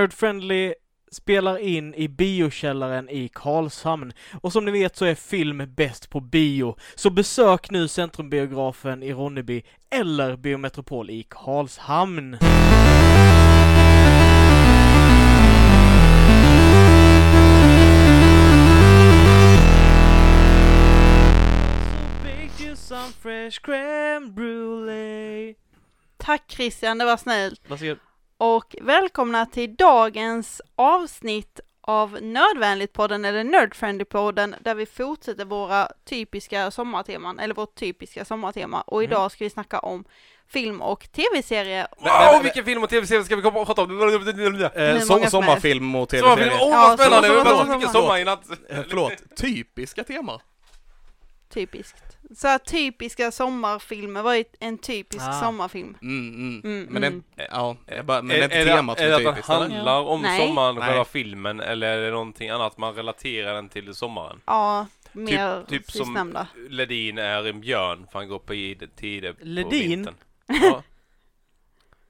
Nerdfriendly spelar in i biokällaren i Karlshamn. Och som ni vet så är film bäst på bio. Så besök nu Centrumbiografen i Ronneby eller Biometropol i Karlshamn. So bake you some fresh crème brulee. Tack Christian, det var snällt. Varsågod. Och välkomna till dagens avsnitt av Nödvändigt-podden eller Nerdfriendly-podden där vi fortsätter våra typiska sommarteman, eller vårt typiska sommartema. Och Mm. idag ska vi snacka om film och tv-serier. Men- men- Wow, men- vilken film och tv-serie ska vi komma och prata om? Eh, Hur so- många som sommarfilm och tv-serie. Sommarfilm, åh Ja, vad spännande! sommar, Det var sommar, så mycket sommar. sommar innan. Eh, förlåt, typiska teman. Typiskt. Så här typiska sommarfilmer var ju en typisk Ah. sommarfilm. Mm, mm. Mm, men det, mm. eh, ja, jag bara, men det är inte det- temat som är är det att typiskt. den eller? handlar om Nej. sommaren, Nej. själva filmen, eller är det någonting annat man relaterar den till sommaren? Ja, mer typ som- sistnämnda. Ledin är en björn, för han går på id- tid på Ledin? vintern. Ja.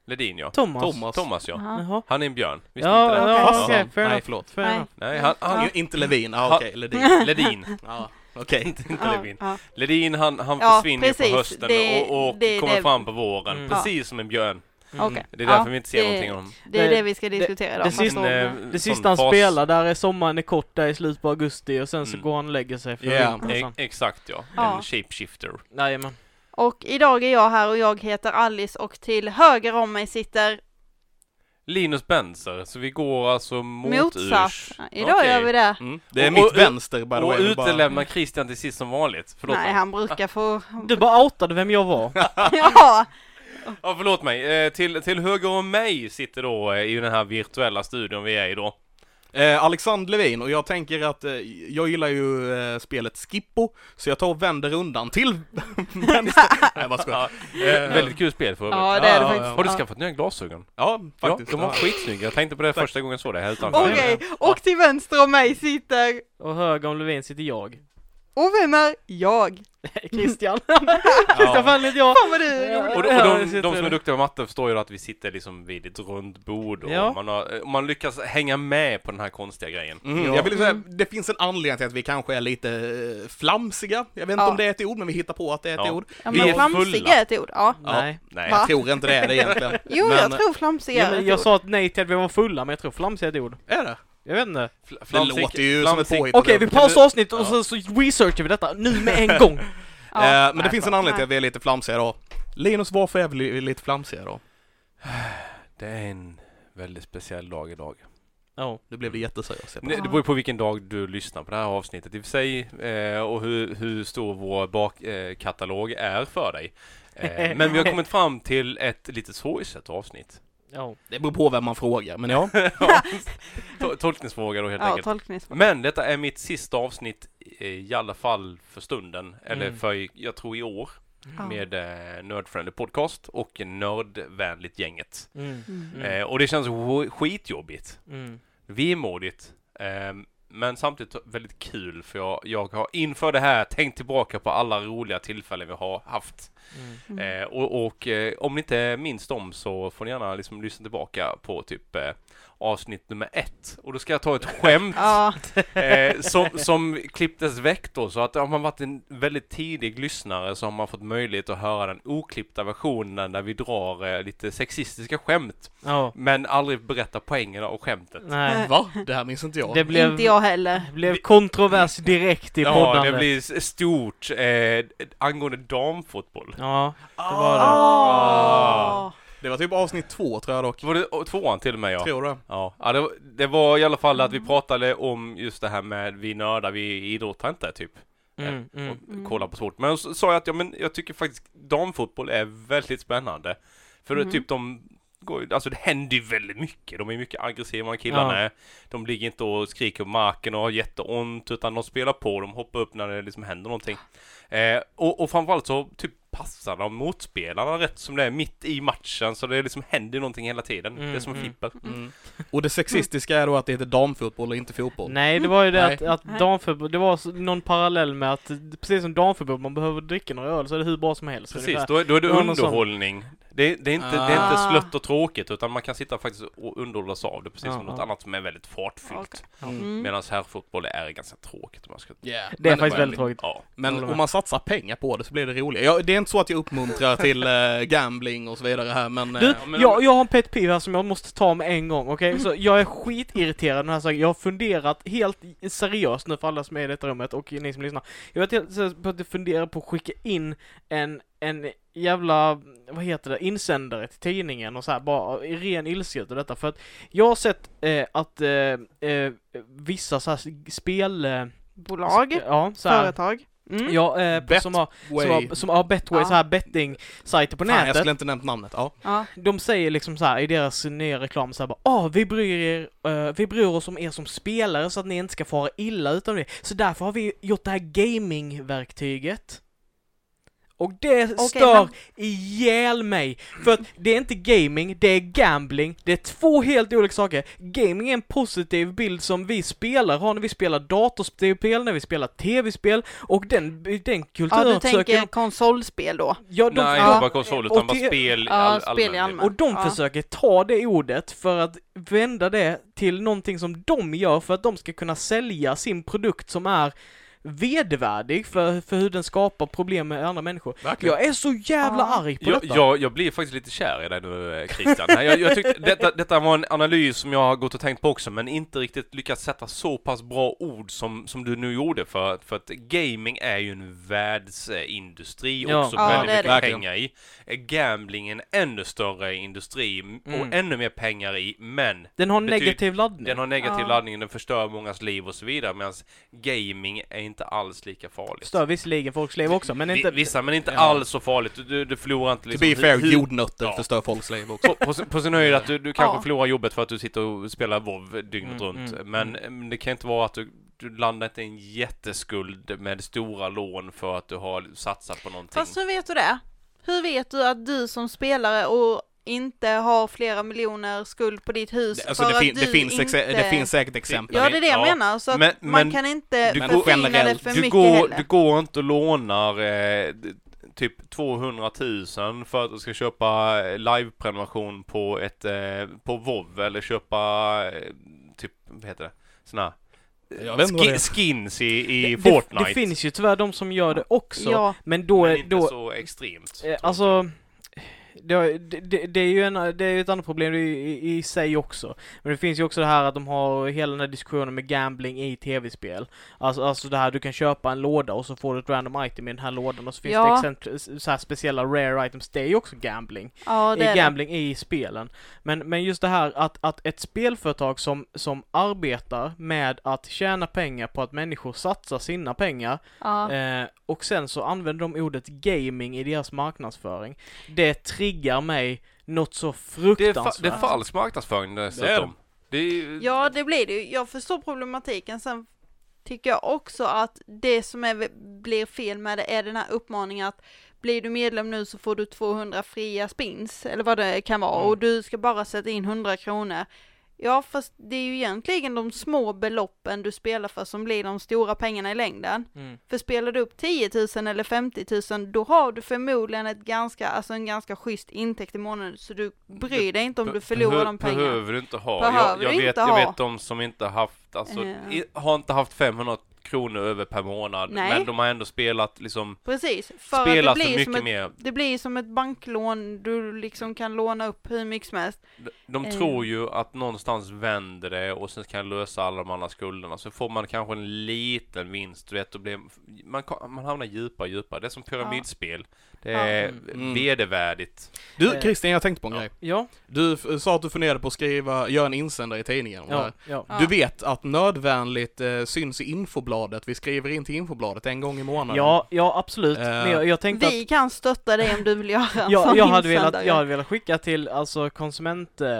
Ledin ja. Thomas. Thomas. Thomas ja. Ja. Jaha. Han är en björn. Visste Ja, inte det? Okej. ja, okej. Hassan. fair Nej, enough. förlåt. Fair Nej. enough. Nej, han, han Ju, inte Levin, ah, Ha- okej, Ledin. Ledin. Ja, okej. Inte Ja, Levin. ja. Ledin han, han Ja, försvinner ju precis. på hösten Det- och, och det- kommer det- fram på våren. Mm. Precis som en björn. Mm. Okej. Det är därför Ja, vi inte ser det- någonting om honom. Det är Det- det vi ska diskutera idag. det Man sista- står med- eh, Det sån sista han fas- spelar, där är sommaren är kort, där i slutet på augusti och sen så Mm. går han och lägger sig för Yeah. vintern och E sånt. exakt ja. Ja. En shapeshifter. Jajamän. Och idag är jag här och jag heter Alice och till höger om mig sitter Linus Benser, så vi går alltså mot motsatt. urs. Idag Okej. gör vi det. Mm. Det är Och- mitt och- vänster by the Och way. vill bara- utelämnar Christian till sist som vanligt. Förlåt Nej, mig. han brukar få... Du bara outade vem jag var. ja, Ja, förlåt mig. Eh, till, till höger om mig sitter då eh, i den här virtuella studion vi är i då. Eh, Alexander Levin, och jag tänker att eh, jag gillar ju eh, spelet Skippo, så jag tar och vänder undan till vänster. Nej, vad ska jag? Ja, eh, väldigt kul spel för övrigt. ja det är det Ja, ja, faktiskt. ja. Har du Ja. skaffat nya glasögon? Ja, faktiskt. Ja, de var Ja. skitsnygga. Jag tänkte på det första gången jag såg det här utanför. Okej, och till vänster om mig sitter... Och höger om Levin sitter jag. Och vem är jag? Christian. Christian Fallin heter jag. Fan vad du Ja. gjorde. Och, de, Ja, och det de, sitter de som det. är duktiga på matte förstår ju att vi sitter liksom vid ett runt bord och Ja. man, har, eh, man lyckas hänga med på den här konstiga grejen. Mm, Ja. Jag vill säga, det finns en anledning till att vi kanske är lite eh, flamsiga. Jag vet inte Ja. om det är ett ord, men vi hittar på att det är ett Ja. ord. Ja, vi men är flamsig fulla. är ett ord. Ja. Nej. Nej, Va? Jag tror inte det är det egentligen. Jo, men, jag tror flamsig Ja, är men ett jag ord. sa att nej till att vi var fulla, men jag tror flamsig är ett ord. Är det? Jag vet inte. Fl- Det flamsig- låter ju som ett flamsig- påhitt. Okej, vi Kan pausar du- avsnittet och sen så researchar vi detta nu med en gång. Eh, Ja. Men det finns en anledning till att vi är lite flamsiga då. Linus, varför är vi li- lite flamsiga då? Det är en väldigt speciell dag idag. Ja. Nu blev det jätteseriöst. Det det beror ju på vilken dag du lyssnar på det här avsnittet i och för sig eh, och hur, hur stor vår bakkatalog eh, katalog är för dig. Eh, men vi har kommit fram till ett lite sorgset avsnitt. Ja. Det beror på vem man frågar, men ja. Ja, to- Tolkningsfråga då helt Ja, enkelt. tolkningsfråga. Men detta är mitt sista avsnitt eh, i alla fall för stunden, eller Mm. för jag tror i år, Ja. med eh, Nördfriendly Podcast och Nördvänligt Gänget. Mm. Mm. Mm. Eh, och det känns sk- skitjobbigt. Mm. vemodigt. ehm, men samtidigt väldigt kul för jag, jag har inför det här tänkt tillbaka på alla roliga tillfällen vi har haft. Mm. Mm. Eh, och och eh, om ni inte minns dem så får ni gärna liksom lyssna tillbaka på typ eh, avsnitt nummer ett. Och då ska jag ta ett skämt Ja, eh, som, som klipptes väck då. Så att om man varit en väldigt tidig lyssnare så har man fått möjlighet att höra den oklippta versionen där vi drar eh, lite sexistiska skämt. Ja. Men aldrig berättar poängerna och skämtet. Nej. Va? Det här minns inte jag. Det blev, inte jag heller. det blev kontrovers direkt i Ja, det poddandet. blir s- stort eh, angående damfotboll. Ja. var det. Ah. Det var typ avsnitt två tror jag dock. Var det och tvåan till och med ja? Tror det. Ja, ja det, var- det var i alla fall att vi pratade om just det här med vi nördar, vi idrottar inte typ. Mm. Mm. Och Mm. kollar på sport. Men så sa jag att ja, men jag tycker faktiskt damfotboll är väldigt spännande. För det är Mm. typ de går, ju- alltså det händer ju väldigt mycket. De är mycket aggressiva än killarna Ja. är. De ligger inte och skriker på marken och har jätteont utan de spelar på. De hoppar upp när det liksom händer någonting. Eh, och, och framförallt så typ passar de motspelarna rätt som det är mitt i matchen. Så det liksom händer någonting hela tiden. Mm, det är som mm. flipper. Mm. Och det sexistiska är då att det heter damfotboll och inte fotboll. Nej, det var ju det Nej. att, att Nej. damförbund, det var så- någon parallell med att precis som damförbund, man behöver dricka några öl så är det hur bra som helst. Precis, ungefär. då, är- då är det Ja, någon sån. underhållning. Det, det, är inte, det är inte Ah. slött och tråkigt utan man kan sitta faktiskt och underhållas av det precis som Ja, något ja. annat som är väldigt fartfyllt. Okej. Mm. Mm. Medan herrfotboll är ganska tråkigt om man ska... Yeah. Det är Men- faktiskt väldigt tråkigt. Ja. Men Håller om med. man satsar pengar på det så blir det roligt. Jag, det är inte så att jag uppmuntrar till eh, gambling och så vidare här men... eh, Du, men- jag, jag har en pet peeve här som jag måste ta med en gång, okej? Så jag är skitirriterad med den här saken. Jag har funderat helt seriöst nu för alla som är i detta rummet och ni som lyssnar. Jag har varit helt seriös på att jag funderar på att skicka in en, en jävla, vad heter det, insändare till tidningen och så här bara i ren ilska utav detta. För att jag har sett eh, att eh, eh, vissa så här spel... Eh, Bolag, sk- ja, så här, företag. Mm. Ja, eh, Bet som har, way. som har, som har Betway, Ja. så här betting-sajter på Fan, jag nätet skulle inte nämnt namnet. Ja. Ja. de säger liksom så här i deras nya reklam så här bara ah, vi bryr er, eh, vi bryr oss om er som spelare så att ni inte ska fara illa utan det. Så därför har vi gjort det här gamingverktyget. Och det Okej, stör men- ihjäl mig! För att det är inte gaming, det är gambling. Det är två helt olika saker. Gaming är en positiv bild som vi spelare har när vi spelar datorspel, när vi spelar tv-spel och den, den ja, kulturen du försöker... tänker konsolspel då? Ja, de Nej, ja. inte bara konsol utan Och bara det- spel, i Ja, all, spel i allmänhet. allmän. och de Ja. försöker ta det ordet för att vända det till någonting som de gör för att de ska kunna sälja sin produkt som är vedervärdig för, för hur den skapar problem med andra människor. Verkligen. Jag är så jävla Ja. arg på Jag, detta. jag, jag blir faktiskt lite kär i dig nu eh, Christian. Nej, jag, jag tyckte detta, detta var en analys som jag har gått och tänkt på också men inte riktigt lyckats sätta så pass bra ord som, som du nu gjorde för, för att gaming är ju en världsindustri Ja. också Ja, det väldigt är mycket det. pengar i. Eh, Gambling är en ännu större industri m- och Mm. ännu mer pengar i men Den har en betyg- negativ laddning. den har negativ Ja. laddning, den förstör mångas liv och så vidare medan gaming är inte alls lika farligt. Stör visserligen folks liv också, men Vi- inte... Vissa, men inte Ja. alls så farligt. Du- Du, du förlorar inte To liksom... be fair, hu- jordnötter Ja. förstör folks liv också. på, på, sin- på sin höjd att du, du kanske Ja. förlorar jobbet för att du sitter och spelar WoW dygnet Mm, runt. mm, men men det kan inte vara att du, du landar inte i en jätteskuld med stora lån för att du har satsat på någonting. Fast hur vet du det? Hur vet du att du som spelare och inte har flera miljoner skuld på ditt hus Det- Alltså, för det, att fin- du det, finns inte... exe- det finns säkert exempel. Ja, det är det jag Ja, menar. Så att men- man men kan inte du går- förfina eh, det generellt, för du, mycket går, heller. du går inte och lånar eh, d- typ 200 000 för att du ska köpa eh, liveprenumeration på ett, eh, på WoW eller köpa eh, typ, vad heter det, såna här Jag vet inte vad det är. ski- skins i, i det, det, Fortnite. det finns ju tyvärr de som gör det också, Ja, men då... men är inte då så extremt. tror Eh, jag. Alltså, det, har- det- det, det är ju en, det är ju ett annat problem i, i, i sig också. Men det finns ju också det här att de har hela den här diskussionen med gambling i tv-spel. Alltså, alltså det här, du kan köpa en låda och så får du ett random item i den här lådan och så finns Ja. det exempel, så här speciella rare items. Det är ju också gambling ja, det i är det. gambling i spelen. Men, men just det här att, att ett spelföretag som, som arbetar med att tjäna pengar på att människor satsar sina pengar Ja. Eh, och sen så använder de ordet gaming i deras marknadsföring. Det triggar mig något så Det är, fa- fruktansvärt. det är falsk marknadsföring dessutom. Det är, ju- Ja, det blir det ju. Jag förstår problematiken. Sen tycker jag också att det som är, blir fel med det är den här uppmaningen att blir du medlem nu så får du 200 fria spins, eller vad det kan vara, Mm. och du ska bara sätta in 100 kronor. Ja, fast det är ju egentligen de små beloppen du spelar för som blir de stora pengarna i längden. Mm. För spelar du upp 10 000 eller 50 000, då har du förmodligen ett ganska, alltså en ganska schysst intäkt i månaden, så du bryr dig inte om du förlorar Behö- de pengarna. Behöver du inte ha. Behöver jag, jag, du vet, inte jag ha. vet de som inte haft, alltså, Ja. i, har inte haft 500 kronor över per månad. Nej. Men de har ändå spelat liksom, Precis, för spelat att det för blir som mycket ett mer. Det blir som ett banklån, du liksom kan låna upp hur mycket som helst. De- De Eh. tror ju att någonstans vänder det och sen kan jag lösa alla de andra skulderna. Så får man kanske en liten vinst, du vet, då blir, man, ko- man hamnar djupare och djupare. Det är som pyramidspel. Det Ja. är Mm. vedervärdigt. Du Eh. Christian, jag tänkte på en Ja. grej. Ja, Du f- sa att du funderade på att skriva, göra en insändare i tidningen om det ja, här. ja. Ja. Du vet att nödvändigt eh, syns i infobladet, vi skriver in till infobladet en gång i månaden. Ja, ja absolut. Eh, Men jag, jag tänkte att Vi kan stötta dig om du vill göra en jag, sån jag, hade insändare. velat, jag hade velat skicka till alltså konsument... Eh,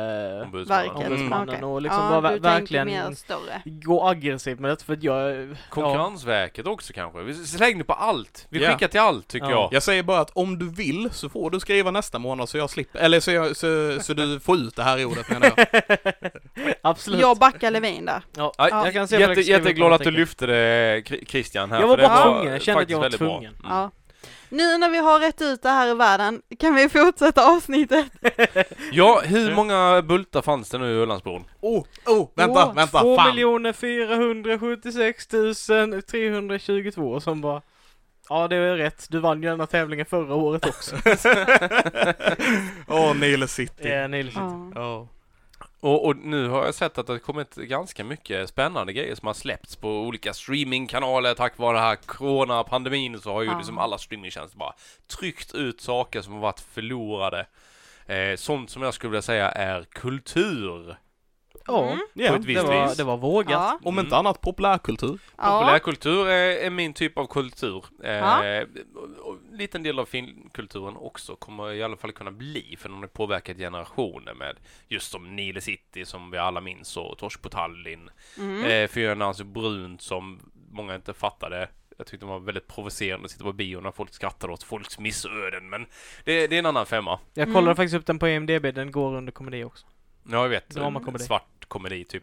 Ombudsmannen. Verkligen. ombudsmannen okej. och liksom ja, bara du ver- tänker verkligen- mer större. gå aggressivt med detta för att jag... Ja. Konkurrensverket också kanske. Vi slänger det på allt. Vi Ja. skickar till allt tycker Ja. jag. Jag säger bara att om du vill så får du skriva nästa månad så jag slipper, eller så, jag, så, så du får ut det här i ordet menar jag. absolut. Jag backar Levin där. ja. Aj, Ja. Jag kan se om jag Jätte, skriver på jätteglad att du artikeln. lyfte det Kri- Christian här. Jag var för det bara tvungen. Jag kände att faktiskt jag var väldigt bra. tvungen. Mm. Ja. Nu när vi har rätt ut det här i världen kan vi fortsätta avsnittet. Ja, hur många bultar fanns det nu i Ölandsbron? Oh, oh, vänta, Åh, vänta, 2 fan. 476 322 som bara Ja, det är rätt. Du vann ju den här tävlingen förra året också. Åh, Nile City. Eh, Nils. Ja. Och, och nu har jag sett att det har kommit ganska mycket spännande grejer som har släppts på olika streamingkanaler tack vare den här coronapandemin så har ju Ja. liksom alla streamingtjänster bara tryckt ut saker som har varit förlorade. Eh, sånt som jag skulle vilja säga är kultur. Ja, Mm. Ja, På ett det visst var, vis. det var vågat. Ja. Om inte annat populärkultur. Ja. Populärkultur är, är min typ av kultur. Eh, Ja. och- och En liten del av filmkulturen också kommer i alla fall kunna bli för den har påverkat generationer med just som Nile City som vi alla minns och Torsk på Tallinn. Mm. Mm. Eh, Fyra Nancy Brunt som många inte fattade. Jag tyckte de var väldigt provocerande att sitta på bio när folk skrattade åt folks missöden men det, det är en annan femma. Jag Mm. kollade faktiskt upp den på E IMDB, den går under komedi också. Ja, jag vet. Dramakomedi. Svart komedi typ.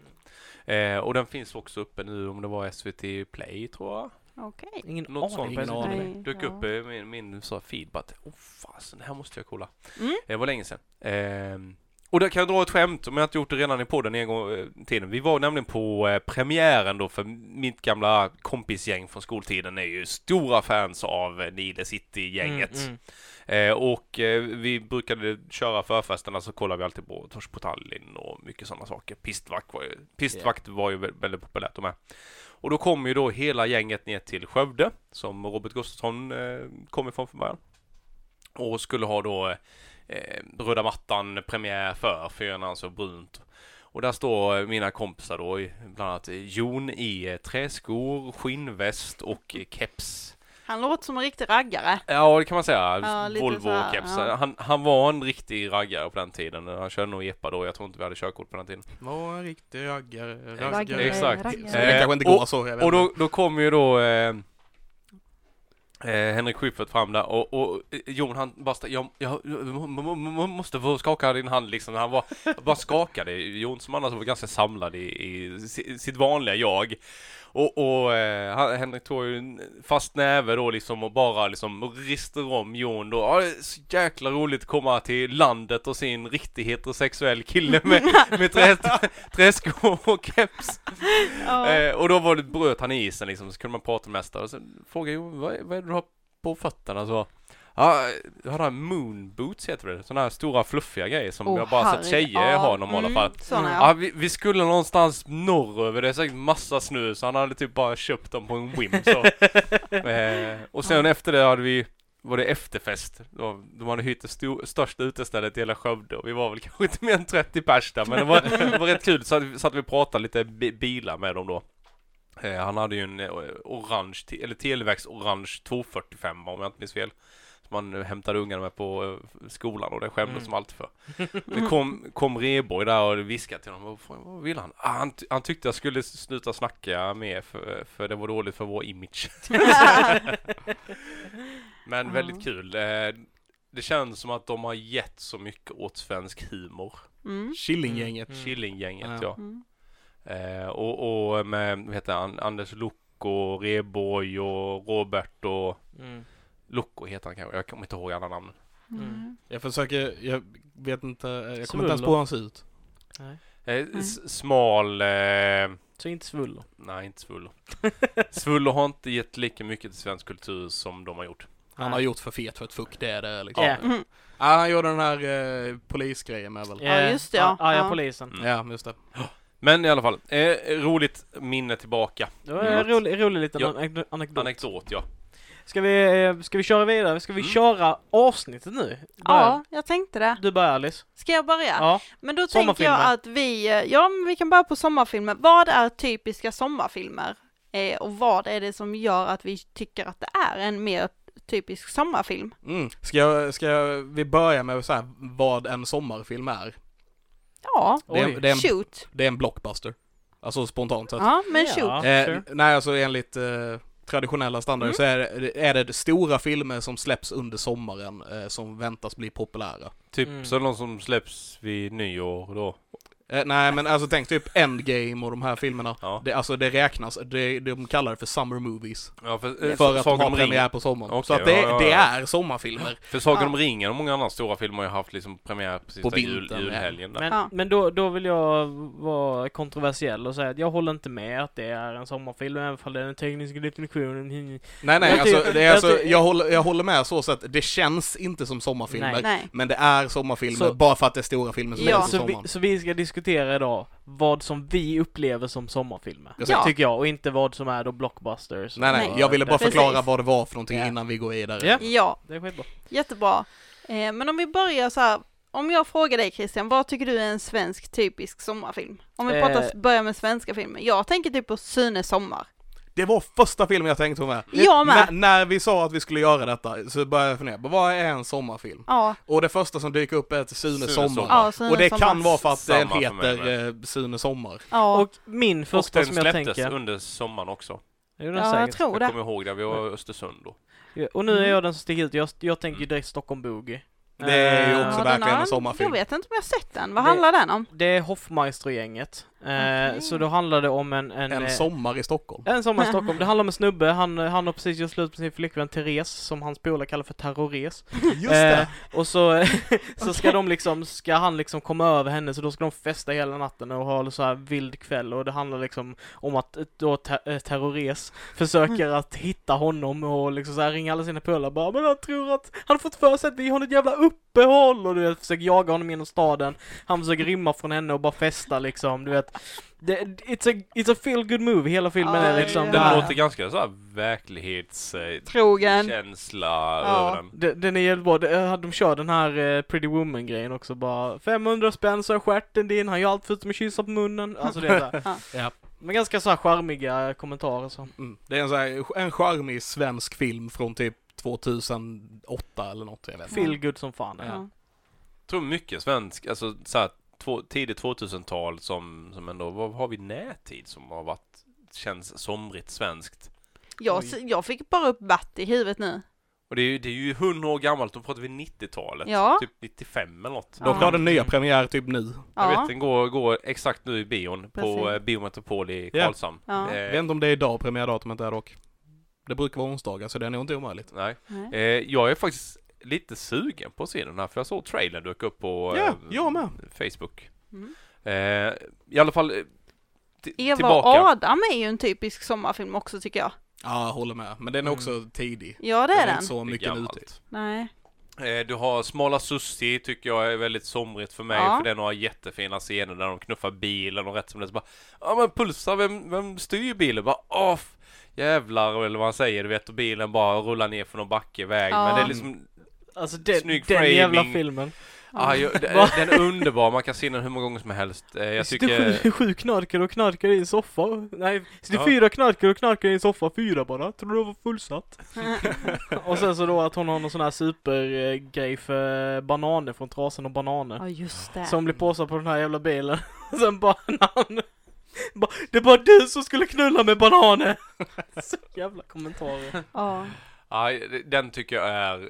Eh, och den finns också uppe nu om det var SVT Play tror jag. Okej. Ingen Något sånt. aning. på Ingen SVT. aning. Nej, dök ja. upp i min, min så här feed bara att åh fasen, det här måste jag kolla. Eh, Mm. Det var länge sedan. Ehm, och där kan jag dra ett skämt om jag inte gjort det redan i podden en gång eh, tiden. Vi var nämligen på eh, premiären då för mitt gamla kompisgäng från skoltiden är ju stora fans av eh, Nile City-gänget. Mm, mm. Eh, och eh, vi brukade köra förfesterna så kollade vi alltid på Torsk på Tallinn och mycket sådana saker. Pistvakt var ju, pistvakt var ju vä- väldigt populärt de här. Och då kom ju då hela gänget ner till Skövde som Robert Gustafsson eh, kom ifrån från början. Och skulle ha då eh, röda mattan premiär för Fönans och Brunt. Och där står eh, mina kompisar då, i- bland annat Jon i eh, träskor, skinnväst och eh, keps. Han låter som en riktig raggare. Ja, det kan man säga. Ja, lite Volvo så här, och kepsar. ja. Han, han var en riktig raggare på den tiden. Han körde nog epa då. Jag tror inte vi hade körkort på den tiden. Var en riktig raggare. Ex- raggare. Exakt. Så raggare. det Eh, kanske inte går så, jag vet Och inte. då, då kom ju då eh, eh, Henrik Schyffert fram där och, och eh, Jon han bara sta- jag, jag, jag m- m- m- måste få skaka din hand liksom. Han var, bara skakade. Jon som annars var ganska samlad i, i si- sitt vanliga jag. Och, och eh, han- Henrik tog ju en fast näve då liksom och bara liksom rister om Jon då. Ja, det är så jäkla roligt att komma till landet och se en riktig heterosexuell kille med, med trä, träskor och keps. Ja. Eh, och då var det, bröt han i isen liksom, så kunde man prata med mästaren och sen frågade jag vad, är- vad är det du har på fötterna? Så, ja, jag hade moonboots heter det, sådana här stora fluffiga grejer som Åh, jag bara sett herre- tjejer ja, ha i normala mm, fall. Såna Ja, ja. vi, vi skulle någonstans norröver, det är säkert massa snö så han hade typ bara köpt dem på en whim så. eh, och sen efter det hade vi var det efterfest. Då- De hade hyrt det sto- största utestället i hela Skövde och vi var väl kanske inte mer än 30 pers där men det var, det var rätt kul. Så satt vi och pratade lite bi- bilar med dem då. Eh, han hade ju en eh, orange, te- eller Televerks orange 245 om jag inte minns fel. Som han hämtade ungarna med på eh, skolan och det skämdes Mm. som alltid för. Det kom, kom Reborg där och viskade till honom. Vad, fan- vad vill han? Ah, han, ty- han tyckte jag skulle sluta snacka med för, för det var dåligt för vår image. Men Ja. väldigt kul. Eh, Det känns som att de har gett så mycket åt svensk humor. Mm. Killinggänget. Mm. Killinggänget Ja. ja. Mm. Eh, och, och med, vad heter han, Anders Locko, Reborg och Robert och Mm. Locko heter han kanske. Jag kommer inte ihåg alla namn. Mm. Jag försöker, jag vet inte, jag kommer Svuller. inte ens på hur han ser ut. Eh, s- smal, eh, Så inte svuller. nej inte Svullo. Svullo har inte gett lika mycket till svensk kultur som de har gjort. Han har gjort för fet för ett fuck, det är det liksom. Ja. Mm. Ja, han gjorde den här eh, polisgrejen med väl? Ja, just det, ja. Eh, Ja, Ja. polisen. Mm. Ja, just det. Men i alla fall, eh, roligt minne tillbaka. Det var en rolig, rolig liten Ja. anek- anekdot. Anekdot ja. Ska vi, eh, ska vi köra vidare? Ska vi Mm. köra avsnittet nu? Börja. ja, jag tänkte det. Du börjar Alice. Ska jag börja? Ja. Men då tänker Sommarfilmer. jag att vi, eh, ja men vi kan börja på sommarfilmer. Vad är typiska sommarfilmer? Eh, och vad är det som gör att vi tycker att det är en mer typisk sommarfilm? Mm. Ska, jag, ska jag, vi börja med så här, vad en sommarfilm är? Ja, Det Oj. är, det är, en, shoot. det är en blockbuster. Alltså spontant sett. Ja, men Ja. shoot. eh, sure. Mm. Nej, alltså enligt eh, traditionella standarder så är det, är det stora filmer som släpps under sommaren eh, som väntas bli populära. Typ Mm. så någon som släpps vid nyår då. Eh, nej men alltså tänk typ Endgame och de här filmerna. Ja. Det, alltså det räknas, det, de kallar det för summer movies. Ja, för, eh, För att de Sagan har om ringen, premiär på sommaren. Okej, så att det, ja, ja, det ja. är sommarfilmer. för Sagan Ja. om ringen och många andra stora filmer har ju haft liksom premiär på sista På jul, vintern, ja. julhelgen. Där. Men, Ja. men då, då vill jag vara kontroversiell och säga att jag håller inte med att det är en sommarfilm, även om det är en teknisk definition. Nej nej, Jag ty- alltså, det är jag alltså, ty- jag, håller, jag håller med så så att det känns inte som sommarfilmer. Nej. Nej. Men det är sommarfilmer, Så- bara för att det är stora filmer som Ja. ja. på Så, vi, sommaren. så vi ska diskutera idag vad som vi upplever som sommarfilmer. Jag Ja. Tycker jag, och inte vad som är då blockbusters. Nej, nej, Nej. jag ville bara Precis. förklara vad det var för någonting Ja. innan vi går vidare. Ja. Ja, Det är skitbra. jättebra. Eh, men om vi börjar så här. Om jag frågar dig Christian, vad tycker du är en svensk typisk sommarfilm? Om vi Eh. pratar, börjar med svenska filmer. Jag tänker typ på Sunes sommar. Det var första filmen jag tänkte på med. Jag med. N- när vi sa att vi skulle göra detta så började jag fundera, på, vad är en sommarfilm? Ja, Och det första som dyker upp är till Sune, Sune Sommar. Sommar. ja Sunes Och det sommar. kan vara för att den Samma för mig heter eh, Sune Sommar. Ja, Och min Och första den som jag släpptes tänker... under sommaren också. Det är den ja jag säkert. tror Jag det. kommer ihåg det, vi var i Östersund då. Och nu är Mm. jag den som sticker ut. Jag, jag tänker ju direkt Stockholm Boogie. Det är ju Eh, också Ja, den verkligen har- en sommarfilm. Jag vet inte om jag har sett den. Vad Det- handlar den om? Det är Hoffmeister-gänget. Eh, Okej. Så då handlar det om en... En, En eh, sommar i Stockholm. en sommar i Stockholm. Det handlar om en snubbe. Han, han har precis gjort slut med sin flickvän Therese, som hans polare kallar för Terrores. Just Eh. det! och så, så ska de liksom, ska han liksom komma över henne, så då ska de festa hela natten och ha så här vild kväll. Och det handlar liksom om att då ter- eh, Terrores försöker att hitta honom och liksom så här ringa alla sina polare bara Men han tror att han har fått för sig att vi har något jävla uppehåll och du vet, försöker jaga honom genom staden. Han försöker rymma från henne och bara festa liksom, du vet. Det, it's a, it's a feel good movie, hela filmen Ja, är liksom ja. det Den här. låter ganska så här verklighetskänsla Trogen. Ja. över den. De- Den är jävligt bra, de, de kör den här eh, Pretty Woman-grejen också bara 500 spänn så är stjärten din, han gör allt förutom att kyssa på munnen. Alltså det är såhär. Ja. Ja. Men ganska så här charmiga kommentarer så. Mm. Det är en, så här, en charmig svensk film från typ 2008 eller något, jag vet inte. Feel good som fan. Ja. Jag tror mycket svensk, alltså så här, två, tidigt 2000-tal som, som ändå, vad har vi närtid som har varit, känns somrigt svenskt? Jag, Oj. s- jag fick bara upp Batti i huvudet nu. Och det är ju, det är ju 100 år gammalt, då pratar vi 90-talet. Ja. Typ 95 eller något. Dock har den nya premiär typ nu. Jag Ja. vet, den går, går exakt nu i bion Precis. på eh, Biometropol i Ja. Karlshamn. Ja. Jag vet inte om det är idag premiärdatumet är dock. Det brukar vara onsdagar så det är nog inte omöjligt. nej. Nej. Eh, jag är faktiskt lite sugen på att se den här, för jag såg trailern dök upp på eh, Ja, jag med. Facebook. Mm. Eh, I alla fall, eh, t- Eva tillbaka. och Adam är ju en typisk sommarfilm också tycker jag. Ja, jag håller med. Men den är också tidig. Ja det Den är Mm. är den. inte så Det är mycket gammalt. nutid. Nej. Eh, Du har Smala Sussi tycker jag är väldigt somrigt för mig Ja. för den har jättefina scener där de knuffar bilen och rätt som det är så bara Ja men Pulsa, vem, vem styr bilen? Bara off! Jävlar eller vad han säger du vet och bilen bara rullar ner för någon backe iväg Ja. men det är liksom Alltså den, Snygg den framing. jävla filmen. ah, jag, den, den är underbar, man kan se den hur många gånger som helst Eh, Jag tycker Sju, sju knarkare och knarkare i en soffa. Nej, så det är Ja. fyra knarkare och knarkare i en soffa, fyra bara. Tror du det var fullsatt? och sen så då att hon har någon sån här supergrej för bananer från Trasan och Bananer. Ja just det. Som blir påsatt på den här jävla bilen. Sen bara han... Bara, det var du som skulle knulla med bananer! Så jävla kommentarer. Ja. Ja, den tycker jag är eh,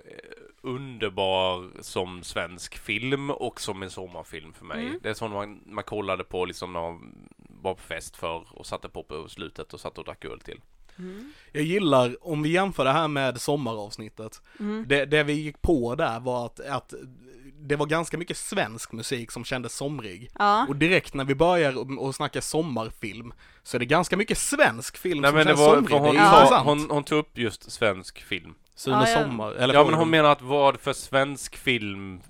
underbar som svensk film och som en sommarfilm för mig. Mm. Det är sån man, man kollade på liksom när man var på fest förr och satte på på slutet och satt och drack öl till. Mm. Jag gillar, om vi jämför det här med sommaravsnittet, Mm. det, det vi gick på där var att, att det var ganska mycket svensk musik som kändes somrig. Ja. Och direkt när vi börjar och- och snacka sommarfilm så är det ganska mycket svensk film Nej som men det känns var, somrig. för hon, det är Ja. sa, intressant. hon, hon tog upp just svensk film. Sune Ja, ja. Sommar, eller Ja men Fågel. hon menar att vad för svensk film...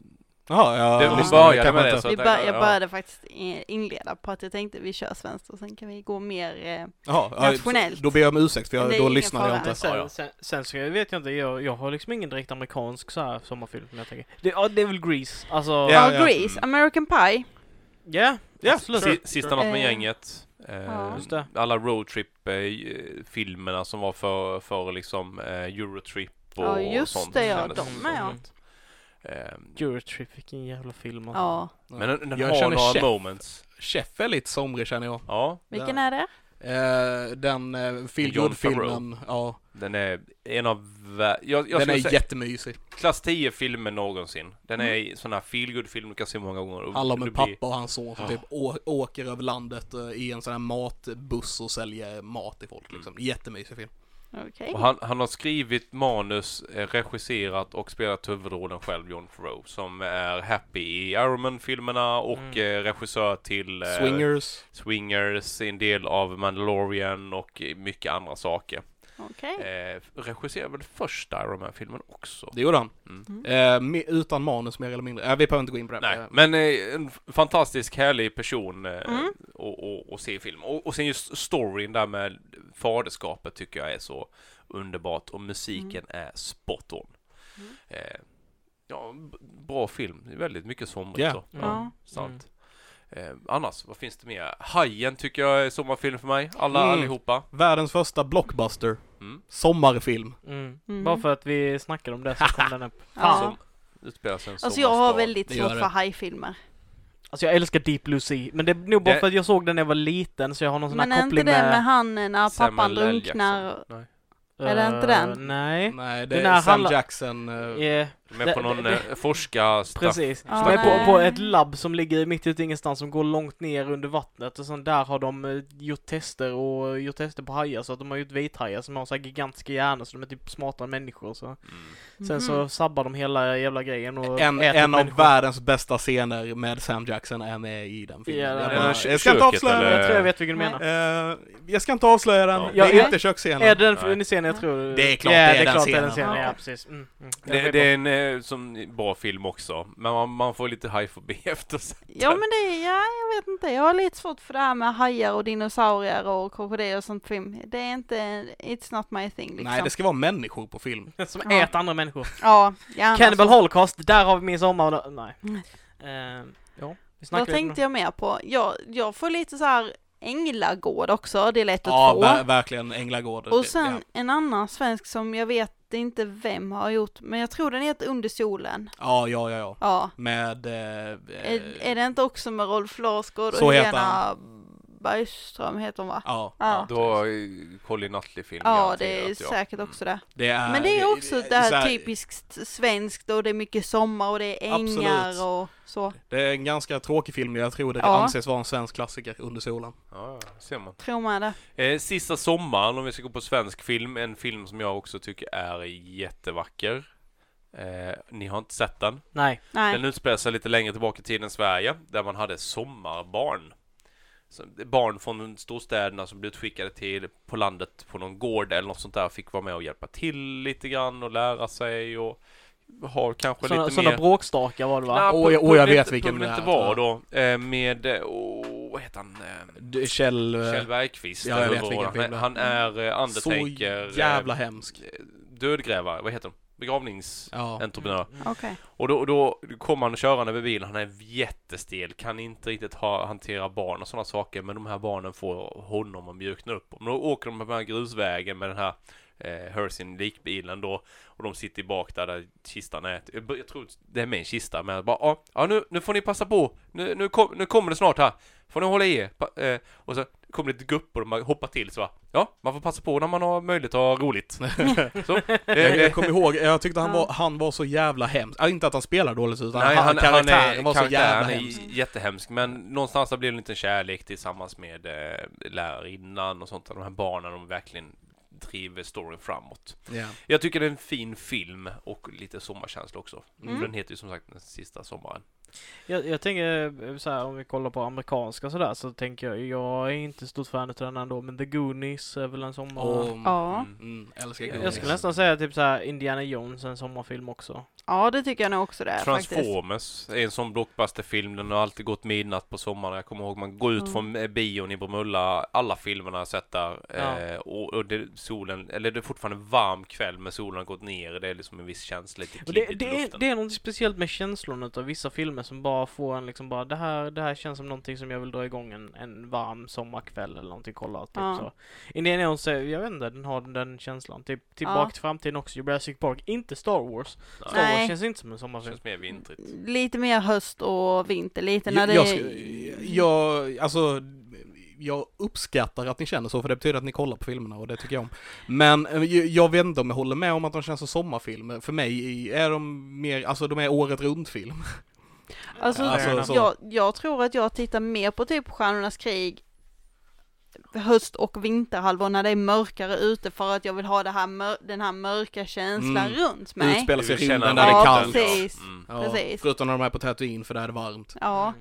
Jaha, jag Det, hon lyssnar började kanske med det inte. så Vi att- bör, jag ja. började faktiskt i- inleda på att jag tänkte vi kör svenskt och sen kan vi gå mer eh, Jaha, ja, Nationellt. Då ber jag om ursäkt för Men jag, det är då ingen lyssnade fara. jag inte. Men sen, Ja, ja. sen, sen så vet jag inte, jag, jag har liksom ingen direkt amerikansk så här sommarfilm som jag tänker. Det, ja, det är väl Grease, alltså... Ja, ja, Ja, ja. Grease, American Pie. Ja, absolut. Si- Sista natt med Eh, gänget. Eh, ja. Just det. Alla roadtrip-filmerna som var för, för liksom eh, Eurotrip och Ja just sånt. det ja, kändes de som. är ja. Eh, Eurotrip, vilken jävla film alltså. Ja. Men den, den Jag har känner några chef. moments. Chef är lite somrig känner jag. Ja. Vilken Där. är det? Eh, den eh, Feel John Good-filmen, ja, Den är en av vä- jag, den jag skulle är Mm. säga jättemysig. klass 10-filmen någonsin. Den är sån här feelgood-film du kan se många gånger. och Handlar om du en blir- Ah. pappa och hans son som Ja. typ å- åker över landet eh, i en sån här matbuss och säljer mat till folk liksom. Mm. Jättemysig film. Okej. Och han, han har skrivit manus, eh, regisserat och spelat huvudrollen själv, John Favreau, som är Happy i Iron Man-filmerna och Mm. eh, regissör till eh, Swingers. Swingers, en del av Mandalorian och eh, mycket andra saker. Okej. Eh, regisserade väl första Iron Man-filmen också? Det gjorde han. Mm. Eh, med, utan manus mer eller mindre. Eh, vi behöver inte gå in på det. Nej, Eh, men eh, en f- fantastisk härlig person eh, Mm. och, och, och se i film. Och, och sen just storyn där med faderskapet tycker jag är så underbart och musiken är spot on. Mm. Eh, ja, b- bra film. Det är väldigt mycket somrigt Ja. så. Ja. Sant. Eh, annars, vad finns det mer? Hajen tycker jag är sommarfilm för mig. Alla, Mm. allihopa. Världens första blockbuster. Mm. Sommarfilm. Mm. Mm. Bara för att vi snackade om det så kom den upp. Ja. Som utspelar sig i en Alltså jag har sommarstad. väldigt Det gör svårt det. för hajfilmer. Alltså jag älskar Deep Blue Sea, men det är nog bara Det- för att jag såg den när jag var liten så jag har någon sån Men här är inte koppling det med med... han eh, när pappan Samuel L. Jackson. drunknar? Nej. är det inte den? Eh, nej. Nej, det Den är här Sam handlar- Jackson. eh, Mm. Eh, De är Det- på någon det- eh, forskarstaff. precis. Ja, De är nej. på, på ett labb som ligger mitt ute i ingenstans som går långt ner under vattnet och sen där har de eh, gjort tester och eh, gjort tester på hajar så att de har gjort vithajar som har så här gigantiska hjärnor så de är typ smartare än människor så. Mm. Sen Mhm. så sabbar de hela jävla grejen och En, äter en av människor. världens bästa scener med Sam Jackson är med i den filmen. Ja, den- jag, den bara, kö- jag ska inte köket, avslöja eller? den. Jag tror jag vet vilken du Nej. menar. Eh, jag ska inte avslöja den. Ja. Det är Jag- inte köksscenen. Är det den Nej. för, ni ser när jag tror? Det är klart Ja, det är det är den klart det är scenen. den scenen, ja Okej. precis. Mm, mm. Jag Det, vet det är en eh, som, bra film också, men man, man får lite hajfobi efter sen. Ja men det är, ja, jag vet inte, jag har lite svårt för det här med hajar och dinosaurier och krokodiler och sånt på film. Det är inte, it's not my thing liksom. Nej, det ska vara människor på film. bara. Som Ja. äter andra människor. Ja, gärna Cannibal så. Holocaust, där har vi min sommar. och- Nej. Mm. Ehm, ja, vi Vad snackade tänkte jag mer på? Jag, jag får lite så här änglagård också, det är lätt att Ja, få. ver- verkligen. Änglagård. Och sen en annan svensk som jag vet inte vem har gjort, men jag tror den heter Under solen. Ja, ja, ja. ja. Ja. Med... Eh, Är, är det inte också med Rolf Larsgård och så heter Helena Bergström heter hon va? Ja, Ja, Då har ju Colin Nutley-film ja garanterat, det är ja. säkert också det. Mm. det är... Men det är också det så här typ- typiskt svenskt och det är mycket sommar och det är ängar Absolut. och så. Det är en ganska tråkig film, jag tror det Ja. anses vara en svensk klassiker under solen. Mm. Ja, ja, ser man. Tror man det. Eh, Sista sommaren, om vi ska gå på svensk film, en film som jag också tycker är jättevacker. Eh, ni har inte sett den. Nej. Nej. Den utspelar sig lite längre tillbaka i tiden i Sverige, där man hade sommarbarn. Så barn från storstäderna som blev utskickade till på landet på någon gård eller något sånt där fick vara med och hjälpa till lite grann och lära sig och ha kanske Sådana, lite sådana mer... bråkstakar var det va? Nej, Åh, på- jag- på- åh, jag det- vet på- vilken det det inte är. var då. eh, Med, eh, åh, vad heter han? Eh, Du, Kjell... eh, Kjell Bergqvist. ja, jag eller vet vad vilken han- film det är. Han är eh, så Undertaker. jävla eh, hemsk. Dödgrävare, vad heter de? Begravningsentreprenör. Ja. Okej. Mm. Och då, då kommer han körande med bilen, han är jättestel, kan inte riktigt ha, hantera barn och sådana saker, men de här barnen får honom att mjukna upp. Och då åker de på den här grusvägen med den här eh, Hersin likbilen då, och de sitter i bak där, där kistan är. Jag, jag tror det är min kista, men jag bara "Ja, ja, nu, nu får ni passa på, nu, nu, kom, nu kommer det snart här, får ni hålla i er. Pa, eh, och så kommer det ett gupp och de bara hoppar till så bara, ja, man får passa på när man har möjlighet att ha roligt. så, Jag, eh, jag kommer ihåg, jag tyckte han Ja. var, han var så jävla hemsk. Ja, inte att han spelar dåligt utan Nej, han, han, han, karaktären är, var så karaktären jävla är hemsk. jättehemsk, men någonstans där blir det en liten kärlek tillsammans med eh, lärarinnan och sånt, där de här barnen, de verkligen driver storyn framåt. Ja. Jag tycker det är en fin film och lite sommarkänsla också. Mm. För Den heter ju som sagt Den sista sommaren. Jag, jag tänker eh, så här, om vi kollar på amerikanska sådär så tänker jag, jag är inte stort fan utav den ändå, men The Goonies är väl en sommar... Och, Ja. Mm. mm, älskar jag, Goonies. skulle nästan säga typ så här Indiana Jones är en sommarfilm också. Ja, det tycker jag nog också det är faktiskt. Transformers är en sån blockbusterfilm, den har alltid gått midnatt på sommaren. Jag kommer ihåg man går ut Mm. från eh, bion i Bromölla, alla filmerna jag sett där. Ja. Eh, och och det, solen, eller det är fortfarande varm kväll men solen har gått ner. Det är liksom en viss känsla, lite Och det, klibbigt i det, är, luften. det är något speciellt med känslan utav vissa filmer som bara får en liksom bara det här, det här känns som någonting som jag vill dra igång en, en varm sommarkväll eller någonting kolla typ Ja. så. Indiana Jones, är- jag vet inte, den har den, den känslan. Typ Tillbaka Ja. till framtiden också, Jurassic Park, inte Star Wars. Star Nej. Wars känns inte som en Det sommarfilm. känns mer Mm. vintrigt. Lite mer höst och vinter, lite när Jag, det jag, är... sku- jag, alltså, jag uppskattar att ni känner så, för det betyder att ni kollar på filmerna och det tycker jag om. Men eh, jag- jag vet inte om jag håller med om att de känns som sommarfilmer. För mig är de mer, alltså de är året runt-film. Alltså, Alltså, så. jag, jag tror att jag tittar mer på typ Stjärnornas krig höst och vinterhalvår när det är mörkare ute för att jag vill ha det här mör- den här mörka känslan Mm. runt mig. Utspelar sig i Du känner rymden att där det Ja, är kallt. precis. Mm. Ja, Precis. förutom när de är på Tatooine för där är det varmt. Ja,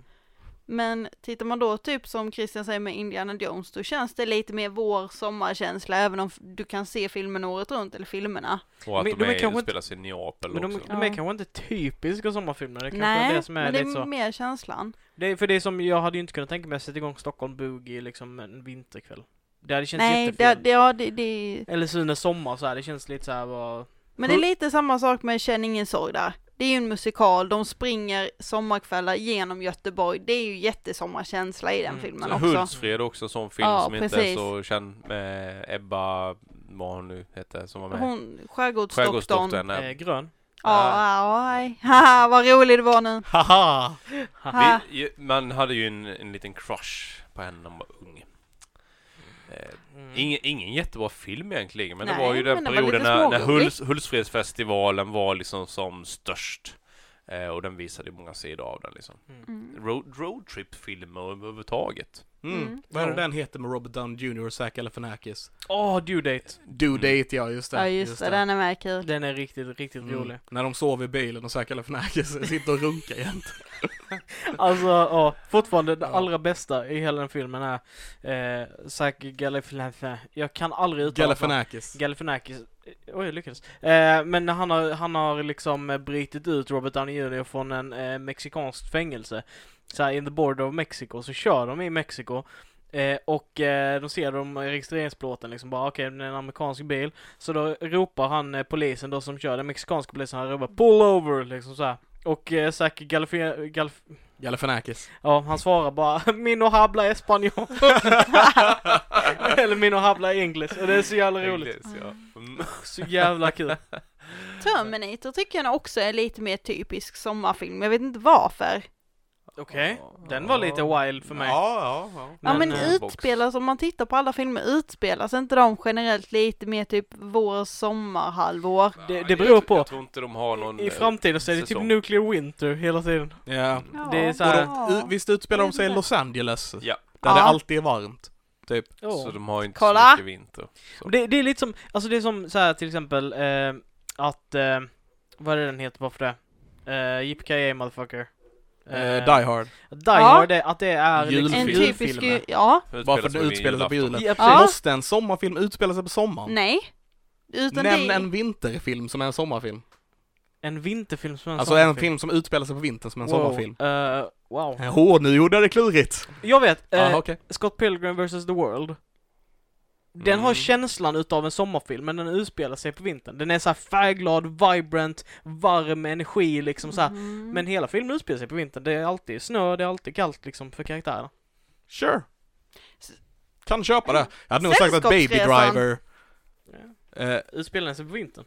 men tittar man då typ som Christian säger med Indiana Jones, då känns det lite mer vår sommarkänsla även om f- du kan se filmen året runt eller filmerna. Och att Men de, de är är, kanske spelar sig i Neapel Men de, också. de är Ja. kanske inte typiska sommarfilmer, det kanske är det som är men det lite är så. mer känslan. Det är för det är som, jag hade ju inte kunnat tänka mig att sätta igång Stockholm Boogie liksom en vinterkväll. Det hade känts Nej, det, jättefel. det, ja, det, det, Eller Sunes sommar så här, det känns lite så här bara... men det är lite samma sak med Känn ingen sorg där. Det är ju en musikal, de springer sommarkvällar genom Göteborg. Det är ju jättesommarkänsla i den Mm. filmen Så också. Hultsfred är också en sån film Ja, som inte är precis. så känd. Eh, Ebba, vad hon nu hette, som var med. Hon, skärgårdsdoktorn. Ah. Skärgårdsdoktorn. Eh, eh. grön. Ja, ja, nej. Haha, vad rolig det var nu. Haha! Ha. Vi, ju- man hade ju en, en liten crush på henne när man var ung. Eh, Mm. Ingen, ingen jättebra film egentligen, men det Nej, var ju den men den var perioden lite när, när smårolig. Huls, Hultsfredsfestivalen var liksom som störst. Eh, och den visade ju många sidor av den liksom. Mm. Road, roadtrip-filmer överhuvudtaget. Mm. Mm. Vad är det Ja. den heter med Robert Downey Jr och Zac Galifianakis? Åh, due date! Due date, ja just det. Ja, just det, den är med kul. Den är riktigt, riktigt Mm. rolig. När de sover i bilen och Zac Galifianakis sitter och runkar igen. Alltså, ja, fortfarande det Ja. allra bästa i hela den filmen är eh, Zac Galifianakis. Jag kan aldrig uttala hans namn. Galifianakis. Galifianakis. Eh, Oj, jag lyckades. Eh, men när han har, han har liksom eh, brutit ut Robert Downey Jr från en eh, mexikanskt fängelse. Så här, in the border of Mexico, så kör de i Mexiko. Eh, och eh, de ser de registreringsplåten liksom bara okej, det är en amerikansk bil. Så då ropar han eh, polisen då som kör, den mexikanska polisen, han ropar pull over liksom så här. Och eh, Zac Galif- Galif- Galifianakis. Ja, han svarar bara Mino habla espanol. Eller Mino habla english. Och det är så jävla roligt. English, ja. Mm. Så jävla kul. Terminator tycker jag också är lite mer typisk sommarfilm, jag vet inte varför. Okej. Den var lite wild för mig. Ja, ja, ja. Ja men, eh, box. utspelas, om man tittar på alla filmer, utspelas inte de generellt lite mer typ vår sommarhalvår? Det- Ja, det jag beror tr- på. Jag tror inte de har någon... I eh, framtiden så är det typ säsong. nuclear winter hela tiden. ja. Ja, Det är så Och här- bra. de, u- visst utspelar de sig i Ja. Los Angeles? Ja. Där Ja. det alltid är varmt. Typ. Så de har ju inte Kolla. så mycket vinter. Och Det, det är lite som, alltså det är som så här till exempel eh, att, eh, vad är det den heter bara för det? Eh, Yippee motherfucker. Eh, Die Hard. Die Ja. Hard, det, att det är en liksom Julfilm. typisk, ju- ja, Varför det utspelar sig på julen. Ja, Ja. precis. Måste en sommarfilm utspela sig på sommaren? nej. Utan Nämn det, en vinterfilm som är en sommarfilm. En vinterfilm som en Alltså en film som utspelar sig på vintern som en sommarfilm. Wow. Eh, wow. Åh, nu gjorde jag det klurigt! Jag vet, eh, Jaha, okej. Scott Pilgrim vs. The World. Den har Mm. känslan utav en sommarfilm, men den utspelar sig på vintern. Den är så här färgglad, vibrant, varm energi liksom så här. Mm. Men hela filmen utspelar sig på vintern. Det är alltid snö, det är alltid kallt liksom för karaktärerna. Sure. S- Kan köpa det. Jag hade nog sagt att Baby Sällskapsresan. Driver... Eh, Utspelar den sig på vintern?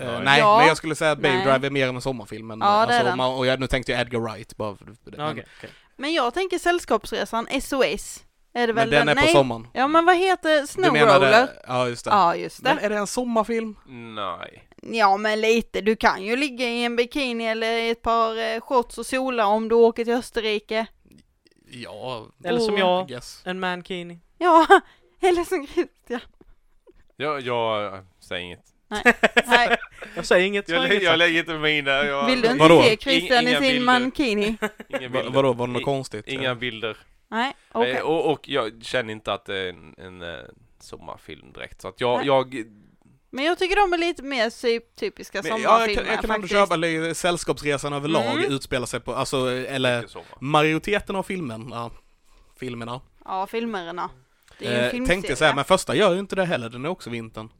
Eh, Ja. nej, Ja. men jag skulle säga att Baby Nej. Drive är mer än en sommarfilm. Men, Ja, det är alltså, den. man, och jag, nu tänkte jag Edgar Wright bara för för Ja, det. Men, okej, okej. men jag tänker Sällskapsresan, SOS, är det men väl den är på nej. sommaren. Ja men vad heter Du Snowroller? menade, ja just det. Ja just det. Men är det en sommarfilm? Nej. Ja men lite, du kan ju ligga i en bikini eller i ett par eh, shorts och sola om du åker till Österrike. Ja, Eller som Oh. jag, yes. en mankini. Ja, eller som Christian. Jag, jag säger inget. Nej, Jag säger inget, Jag, jag, lä- inget jag jag, lägger inte mig in där. Jag, vill du inte Vadå? se Christian Inga- inga i sin bilder. mankini? Inga Va, bilder. vadå, var det något I- konstigt? Inga bilder. Nej, okej. Eh, och, och jag känner inte att det är en, en eh, sommarfilm direkt. Så att jag, Nej. jag Men jag tycker de är lite mer typ typiska Men, ja, jag sommarfilmer kan, jag kan ändå faktiskt. köpa, eller Sällskapsresan överlag Mm. utspelar sig på, alltså, eller tycker sommar. majoriteten av filmen, ja, filmerna. Ja, filmerna. Det är ju en Eh, filmserie. tänkte jag säga, men första gör ju inte det heller, den är också vintern.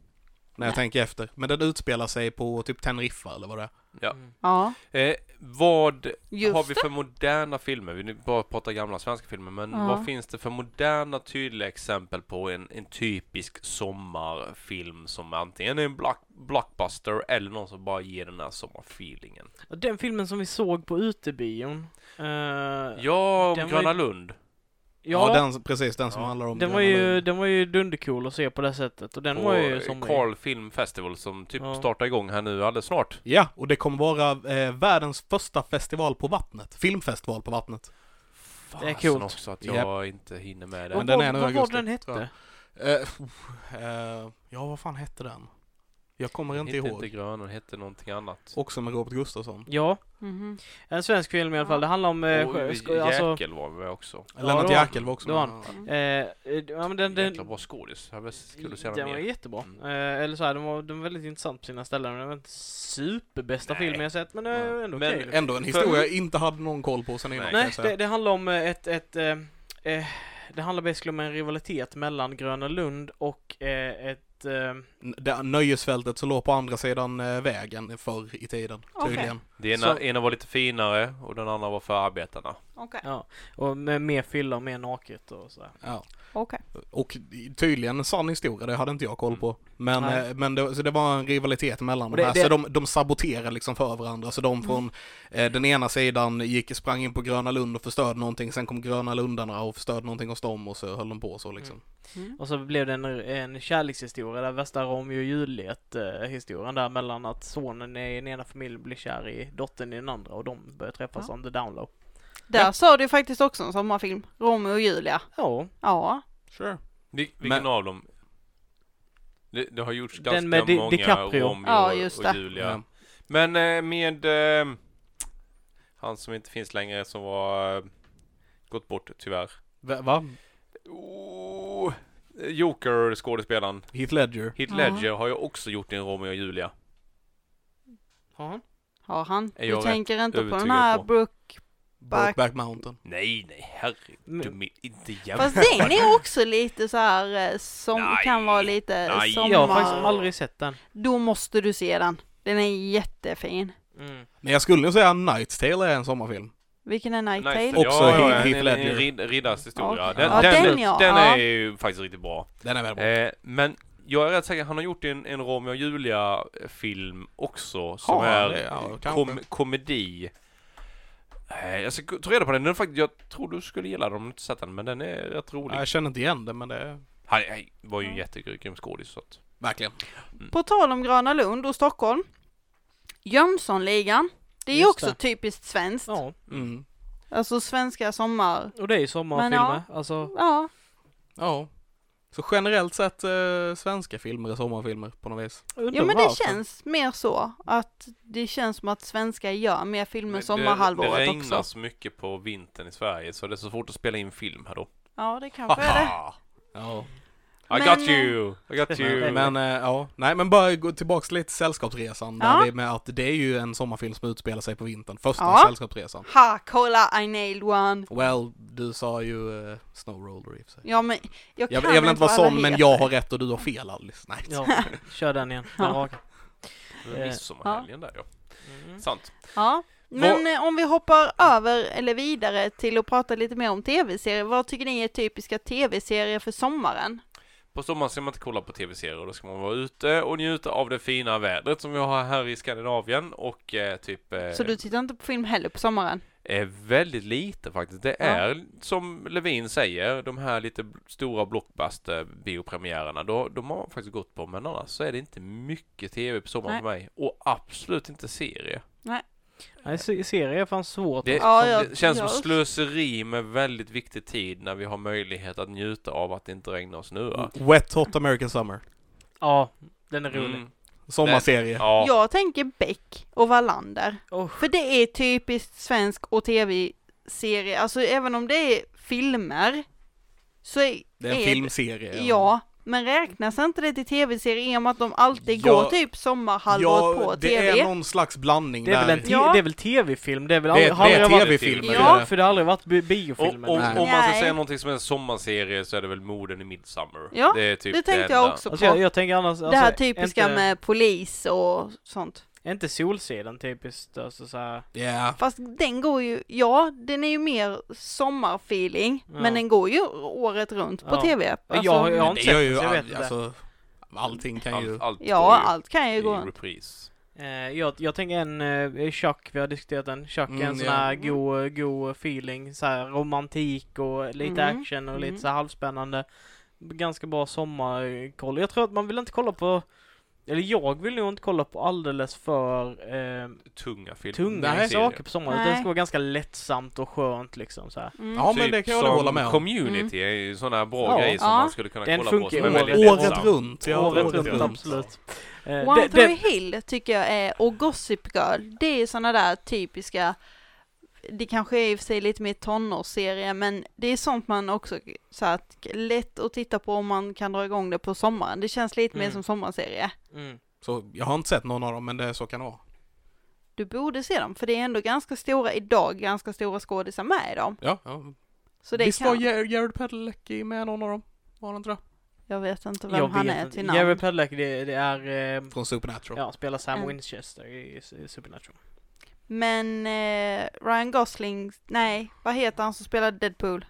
När jag Nej. tänker efter. Men den utspelar sig på typ Teneriffa eller vad det är. Ja. Ja, Eh, vad har just vi det. för moderna filmer? Vi nu bara pratar gamla svenska filmer, men Ja. vad finns det för moderna tydliga exempel på en, en typisk sommarfilm som antingen är en block, blockbuster eller någon som bara ger den här sommarfeelingen? Den filmen som vi såg på utebion. eh, Ja, den om var ju- Gröna Lund. Ja, den, precis den som Ja. handlar om Den var, gröna ju, lungor. den var ju dundercool att se på det sättet och den var ju som... Carl Film Festival som typ Ja. startar igång här nu alldeles snart. Ja, och det kommer vara eh, världens första festival på vattnet. Filmfestival på vattnet. Det är Fasen coolt. också att jag inte hinner med det. Vad Men den Men, var- är nog i Vad var augusti, den tror jag. hette? Eh, pff, eh, ja, vad fan hette den? Jag kommer inte inte, ihåg. inte grönen, hette någonting annat. Också med Robert Gustafsson. Ja, Mhm. en svensk film i alla fall. Ja. Det handlar om... Eh, och sjö- Jäkel sko- alltså, var med också. Ja, Lennart det var han. Jäkel var också Det var han. med. Mm. eh, eh, ja, men den, den, Jäkla bra skådis. Jag skulle se den den var mer. jättebra. Mm. Eh, eller så här, den var, den var väldigt intressant på sina ställen. men Den var inte superbästa Nej. filmen jag sett, men eh, Mm. ändå Men- okej. Ändå en historia jag inte hade någon koll på sen innan. Nej. kan Nej, jag säga. det, det handlar om eh, ett... ett eh, eh, det handlar basically om en rivalitet mellan Gröna Lund och eh, ett... Eh, N- det nöjesfältet som låg på andra sidan eh, vägen förr i tiden. Okej. Tydligen. Det ena, Så- ena var lite finare och den andra var för arbetarna. Okej, ja, och med mer fylla och mer naket och sådär. Ja. okej. Och tydligen en sann historia, det hade inte jag koll på. Men, Nej. eh, men det, så det var en rivalitet mellan Och de det- här, det- så de, de saboterade liksom för varandra. Så de från eh, den ena sidan gick, sprang in på Gröna Lund och förstörde någonting, sen kom Gröna Lundarna och förstörde någonting hos dem och så höll de på så liksom. Mm. Och så blev det en, en kärlekshistoria, där värsta Romeo och Juliet eh, historien där mellan att sonen i den ena familjen blir kär i dottern i den andra och de börjar träffas Ja. on the down low. Där sa du faktiskt också en sommarfilm, Romeo och Julia. Ja, Ja, Sure. Vil- vilken Men- av dem? Det, det har gjorts Den ganska med Di- många DiCaprio. Romeo Ja, just och det. Julia. Men eh, med eh, han som inte finns längre som var eh, gått bort tyvärr. Va? va? Oh, Joker skådespelaren Heath Ledger? Heath Ja. Ledger har ju också gjort en Romeo och Julia. har han? har han. Är Du jag tänker inte på den övertygad här på. Brooke. Brokeback Mountain? Nej, nej, herregud. Du Men- min- Inte jävla... Fast den är också lite så här eh, som Nej. kan vara lite Nej. sommar. Jag har faktiskt aldrig sett den. Då måste du se den. Den är jättefin. Mm. Men jag skulle nog säga Night's Tale är en sommarfilm. Vilken är Night Tale? Nice. Också ja, ja, Heath en, en, Ledger. en rid, riddars historia. Okej. Den, Ja, den, den den, ja, ja. är ju faktiskt riktigt bra. Den är väldigt bra. Eh, men jag är rätt säker, han har gjort en, en Romeo och Julia-film också som Har han är det? Ja, kanske. kom, komedi. Eh, jag ska gå- ta reda på den, den är faktiskt, jag tror du skulle gilla den om du inte sett den, men den är rätt rolig. jag känner inte igen den men det är... Han, han var ju en Ja. jättegrym skådis så att... Verkligen. På tal om Gröna Lund och Stockholm. Jönssonligan. Det är ju Just också det. typiskt svenskt. Ja, Mm. Alltså svenska sommar. och det är ju sommarfilmer. Alltså, Ja, Ja. Så generellt sett eh, svenska filmer är sommarfilmer på något vis. undrar ja men det varför. känns mer så. Att det känns som att svenskar gör mer filmer Men sommarhalvåret det, det också. regnas mycket på vintern i Sverige så det är så svårt att spela in film här då. Ja, det kanske är det. Ja. I Men, got you! I got you! Men eh, ja, nej men bara gå tillbaks lite till Sällskapsresan Ja. där det är med att det är ju en sommarfilm som utspelar sig på vintern. Första Ja. Sällskapsresan. Ha, kolla I nailed one. Well, du sa ju uh, Snow Roller i och för sig. Ja men jag kan Jag, jag vill inte vara vad alla sån men heter. jag har rätt och du har fel Alice. Nej. Ja, kör den igen. Den Ja. raka. Men Midsommarhelgen där ja. Mm. Sant. Ja. Men eh, om vi hoppar över eller vidare till att prata lite mer om tv-serier. Vad tycker ni är typiska tv-serier för sommaren? På sommaren ska man inte kolla på tv-serier, då ska man vara ute och njuta av det fina vädret som vi har här i Skandinavien och eh, typ... Eh, Så du tittar inte på film heller på sommaren? eh, väldigt lite faktiskt. Det Ja. är, som Levin säger, de här lite bl- stora blockbuster-biopremiärerna, då, de har faktiskt gått på, men annars så är det inte mycket tv på sommaren Nej. för mig. Och absolut inte serie. Nej, se- serier är fan svårt. Det, Ja, jag- det känns jag- som slöseri med väldigt viktig tid när vi har möjlighet att njuta av att det inte regnar och snöar. Wet Hot American Summer. Ja, den är rolig. Mm. Sommarserie. Ja. Jag tänker Beck och Wallander. Oh. För det är typiskt svensk och tv-serie. Alltså även om det är filmer så är Det är en är- filmserie. Ja, men räknas inte det till tv-serier i och med att de alltid Ja, går typ sommarhalvåret på det tv? är någon slags blandning Det är väl där. en te- Ja. det är väl tv-film? Det är väl det, aldrig, det är aldrig varit... tv-filmer. Ja. det är det. För det har aldrig varit bi- Och, biofilmer. och, Nej. om man ska Nej. säga någonting som är en sommarserie så är det väl morden i Midsummer. Ja, det, är typ det tänkte jag enda. också på. Alltså jag, jag tänker annars... det här alltså, typiska inte, med polis och sånt. Är inte Solsidan typiskt? Alltså så här, Ja. Fast den går ju, ja, den är ju mer sommarfeeling, Ja. men den går ju året runt på Ja. tv. Alltså, jag, jag har inte Det sett gör den, ju, så jag vet all, inte. alltså, allting kan ju... Allt, allt ja, går allt kan ju ju gå i runt. repris. Eh, jag, jag tänker en, eh, Chuck, vi har diskuterat den. Chuck är Mm, en sån ja. här go, go feeling, så här romantik och lite Mhm, action och mhm. lite så här halvspännande. Ganska bra sommarkoll. Jag tror att man vill inte kolla på, eller jag vill nog inte kolla på alldeles för eh, Tunga filmer. tunga serier. saker på sommaren. utan Det Nej. ska vara ganska lättsamt och skönt liksom så här. Mm. Ja, men det kan jag Typ som hålla med om. Community är ju sådana bra Ja. grejer som Ja. man skulle kunna Den kolla på. funkar som är ju väldigt året lättsam. runt. Ja, året året runt, runt. absolut. Eh, One det- Tree det- Hill tycker jag är, och Gossip Girl, det är sådana där typiska, det kanske är i och för sig lite mer tonårsserie, men det är sånt man också, så att lätt att titta på om man kan dra igång det på sommaren. Det känns lite mer Mm. som sommarserie. mm. Så jag har inte sett någon av dem, men det är så kan det vara. Du borde se dem, för det är ändå ganska stora, idag ganska stora skådisar med i dem. Ja, ja. Så det Visst kan, var Ger- Jared Padalecki med någon av dem? Var han inte det? jag vet inte vem Jag han vet är inte. till namn. Jerry Padalecki, det, det är eh, Från Supernatural. Ja, spelar Sam Mm. Winchester i S- Supernatural. Men eh, Ryan Gosling, nej, vad heter han som spelar Deadpool?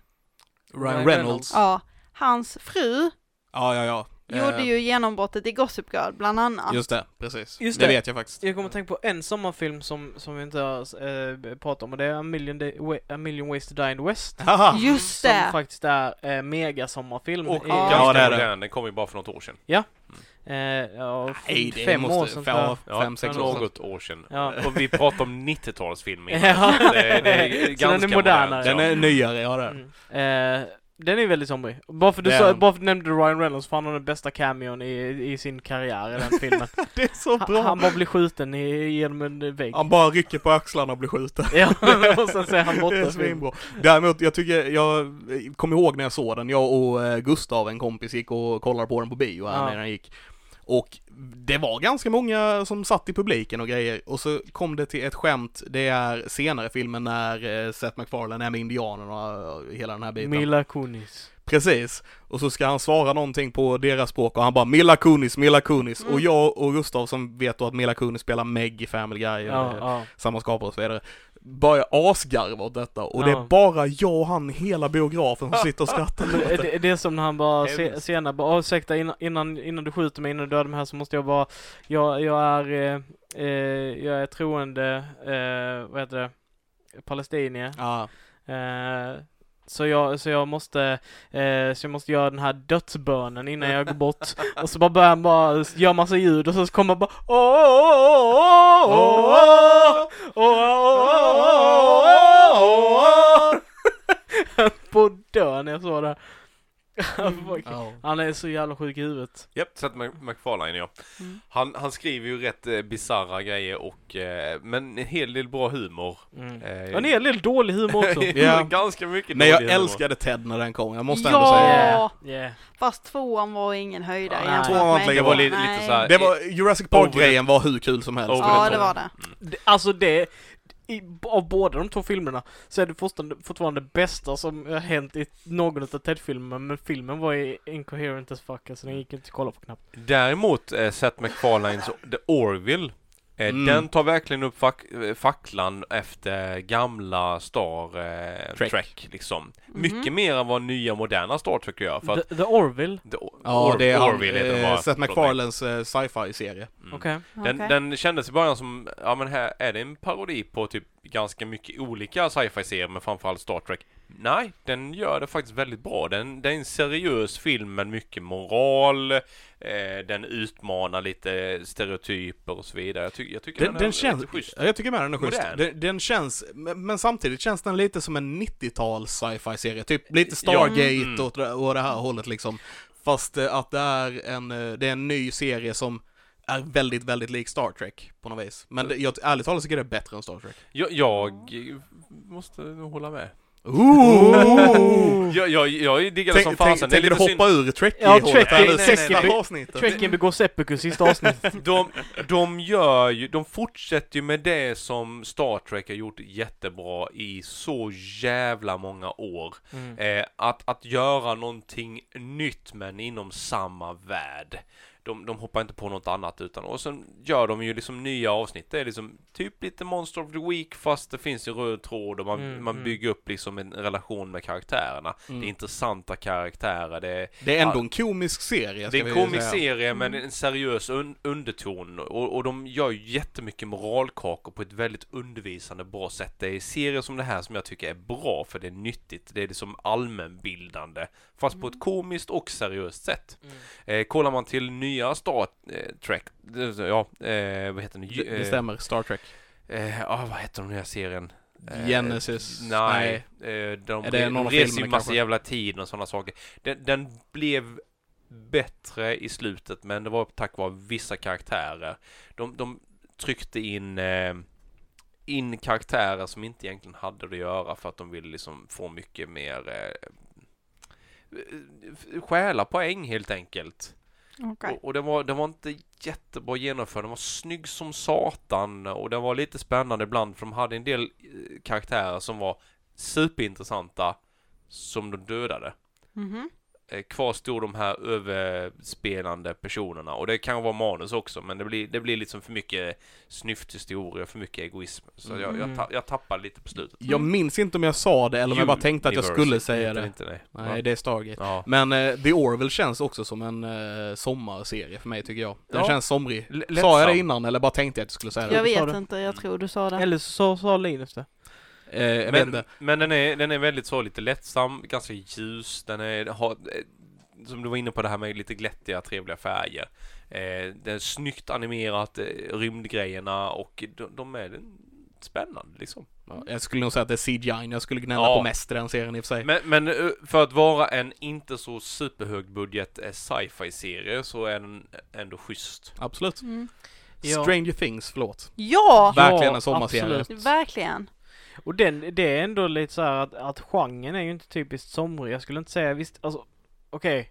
Ryan Ryan Reynolds. Reynolds. Ja, hans Eh. fru Ja, ja, ja. Eh, gjorde ju genombrottet i Gossip Girl bland annat. Just det, precis. Just det. det. vet jag faktiskt. Jag kommer att tänka på en sommarfilm som, som vi inte har eh, pratat om och det är A Million, Day, Wa- A Million Ways to Die in the West. Haha! Just Som det! faktiskt är eh, mega sommarfilm. Och i- Ja. ganska det är det. modern, den kom ju bara för något år sedan. eh, ja, f- Nej, det fem måste, år sedan. tror fem, jag. Ja, fem, sex för år sedan. något år sedan. Ja. Och vi pratar om 90-talsfilmer. Ja. innan. Det, det är Så den är ganska modernare. modernt, ja. Den är nyare, ja det är. Mm. Eh, den är väldigt somrig. Bara för, du Det är sa, den. bara för du nämnde Ryan Reynolds för han har den bästa cameon i, i sin karriär i den filmen. Det är så han, han bara blir skjuten i, genom en vägg. Han bara rycker på axlarna och blir skjuten. ja, och sen så är han borta. Det är i filmen. svinbra. Däremot, jag tycker, jag kom ihåg när jag såg den, jag och eh, Gustav, en kompis, gick och kollade på den på bio här Ja. när den gick. Och det var ganska många som satt i publiken och grejer, och så kom det till ett skämt, det är senare i filmen när eh, Seth MacFarlane är med indianerna och eh, hela den här biten. Mila Kunis. Precis. Och så ska han svara någonting på deras språk och han bara Mila Kunis, Mila Kunis. Mm. Och jag och Gustav som vet då att Mila Kunis spelar Meg i Family Guy. Ja, eh, ja. samma skapare och så vidare. Börjar asgarva åt detta och det Ja. är bara jag och han i hela biografen som sitter och skrattar åt Det, det. det, det är som när han bara se, Hemskt. senare bara, "Åh, ursäkta innan- innan, innan du skjuter mig, innan du dödar mig här så måste jag bara, jag, jag är, eh, eh, jag är troende, eh, vad heter det, palestinier. Ja, Eh, så jag, så jag måste, eh, så jag måste göra den här dödsbönen innan jag går bort. Och så bara börjar han bara göra massa ljud och så kommer han bara åh, åh, åh, åh, åh, åh, åh, åh, åh, åh, åh." Höll på att dö när jag såg det. Fuck. ja. Han är så jävla sjuk i huvudet. Japp, Seth Mac- MacFarlane ja. Mm. Han, han skriver ju rätt eh, bizarra grejer och, eh, men en hel del bra humor. Mm. Eh, Och en hel del dålig humor också. Ja. Ganska mycket Men jag dålig humor. älskade Ted när den kom, jag måste ändå Ja! säga det. Yeah, yeah. Fast tvåan var ingen höjdare Nej. jämfört Tvåan var med inte lika Det bra. var lite, Nej. lite så här, Det var, Jurassic Park-grejen var hur kul som helst. Over Ja, the det top. var det. Det- Alltså det, i, av båda de två filmerna så är det fortfarande, fortfarande det bästa som har hänt i någon av Ted-filmerna, men filmen var ju incoherent as fuck, alltså den gick inte att kolla på knappt. Däremot eh, Seth MacFarlanes The Orville eh, Mm. Den tar verkligen upp fack- eh, facklan efter gamla Star eh, Trek. Trek. liksom. Mhm. Mycket mer än vad nya moderna Star Trek gör. För att The, The Orville? The Or- Ja, det är han, Orville heter den eh, bara. Seth Förlåt mig. MacFarlanes eh, sci-fi-serie. Mm. Okej. Den, Okej. den kändes i början som, ja men här är det en parodi på typ ganska mycket olika sci-fi-serier men framförallt Star Trek. Nej, den gör det faktiskt väldigt bra. Den, det är en seriös film med mycket moral, eh, den utmanar lite stereotyper och så vidare. Jag, ty, jag tycker den, Den, är den känns, lite schysst. ja, jag tycker med den är schysst. Modern. Den, den känns, men, men samtidigt känns den lite som en 90-tals sci-fi-serie, typ lite Ja. Stargate Mm. och, det- och det här hållet liksom. Fast eh, att det är en, eh, det är en ny serie som är väldigt, väldigt lik Star Trek på något vis. Men det, jag, ärligt talat tycker jag det är bättre än Star Trek. Jag, jag måste nog hålla med. Ooh! Jag, jag, jag diggar det Mm. Tänk, som tänk, fasen. Det är tänker du lite synd. hoppa ur Ja, Trekkie-hålet Trekkie- här nu, nej, nej, sista nej. avsnittet? Trekking begår seppuku sista avsnittet. De, de gör ju, de fortsätter ju med det som Star Trek har gjort jättebra i så jävla många år. Mm. Eh, att, att göra någonting nytt men inom samma värld. de, de hoppar inte på något annat utan och sen gör de ju liksom nya avsnitt. Det är liksom typ lite Monster of the Week fast det finns en röd tråd och man, Mm, man mm. bygger upp liksom en relation med karaktärerna. Mm. Det är intressanta karaktärer, det är Det är ändå Ja. en komisk serie, det ska är en vi ju komisk säga. Mm. serie men en seriös un underton och, och de gör ju jättemycket moralkakor på ett väldigt undervisande bra sätt. Det är serier som det här som jag tycker är bra för det är nyttigt. Det är liksom allmänbildande fast på Mm. ett komiskt och seriöst sätt. Mm. Eh, kollar man till nya Star eh, Trek, eh, ja, eh, vad heter den? Ju- Det, det stämmer, Star Trek. Eh, eh, ah, vad heter den nya serien? Eh, Genesis. Nej, eh, de, Är det de, någon av reser ju filmerna massa kanske? jävla tid och sådana saker. Den, den blev bättre i slutet men det var tack vare vissa karaktärer. De, de tryckte in, eh, in karaktärer som inte egentligen hade det att göra för att de ville liksom få mycket mer eh, stjäla poäng helt enkelt. Okej. Och, och den, var, den var inte jättebra genomförd, den var snygg som satan och den var lite spännande ibland för de hade en del eh, karaktärer som var superintressanta som de dödade. Mhm. Eh, Kvar stod de här överspelande personerna och det kan vara manus också men det blir, det blir liksom för mycket snyfthistorier, för mycket egoism. Så jag, jag, Mm. ta, jag tappade lite på slutet. Jag minns inte om jag sa det eller om jag bara tänkte att jag Universe skulle säga heter det. Inte det. Nej, Nej, det är Stargate. ja. Men eh, The Orville känns också som en eh, sommarserie för mig tycker jag. Den Ja. känns somrig. L- Sa jag lättsam. det innan eller bara tänkte jag att jag skulle säga det? Jag du sa vet det. inte, jag tror du sa det. Eller så sa Linus det. Eh, jag vet Men, inte. men den, är, den är väldigt så lite lättsam, ganska ljus, den är, har, eh, som du var inne på det här med lite glättiga, trevliga färger. Eh, det är snyggt animerat, eh, rymdgrejerna och de, de är spännande liksom. Ja, jag skulle nog säga att det är CGI jag skulle gnälla Ja. på mest i den serien i och för sig. Men, men eh, för att vara en inte så superhögbudget eh, sci-fi-serie så är den ändå schysst. Absolut. Mm. Ja. Stranger Things, förlåt. Ja, Verkligen en sommarserie. absolut. verkligen. Och den, det är ändå lite så här att, att genren är ju inte typiskt somrig. Jag skulle inte säga, visst, alltså, okej.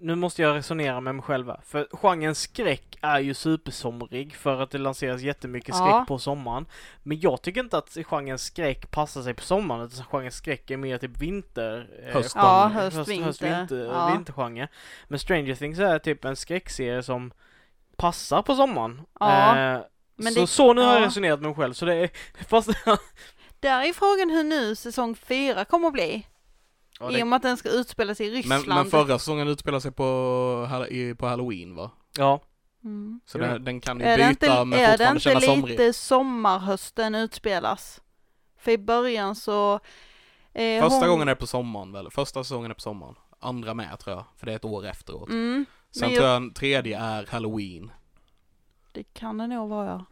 Nu måste jag resonera med mig själv här. För genren skräck är ju supersomrig för att det lanseras jättemycket skräck Ja. på sommaren. Men jag tycker inte att genren skräck passar sig på sommaren utan genren skräck är mer typ vinter... eh, Höst. genre. Ja, höst, vinter. vinter, Ja. vintergenre. Men Stranger Things är typ en skräckserie som passar på sommaren. Ja. Eh, Men så, det- så nu har jag ja. resonerat med mig själv så det är... Fast, Där är frågan hur nu säsong fyra kommer att bli. Ja, I det- och med att den ska utspela sig i Men, Ryssland. men förra säsongen utspelar sig på, hall- i- på halloween va? ja. Mm. Så Jo. den, den kan ju Är det byta inte, men är det fortfarande inte kännas somrig. lite sommarhösten utspelas? För i början så... Eh, Första hon... gången är på sommaren väl? Första säsongen är på sommaren. Andra med tror jag, för det är ett år efteråt. Mm, Sen men tror jag en tredje är halloween, det kan det nog vara.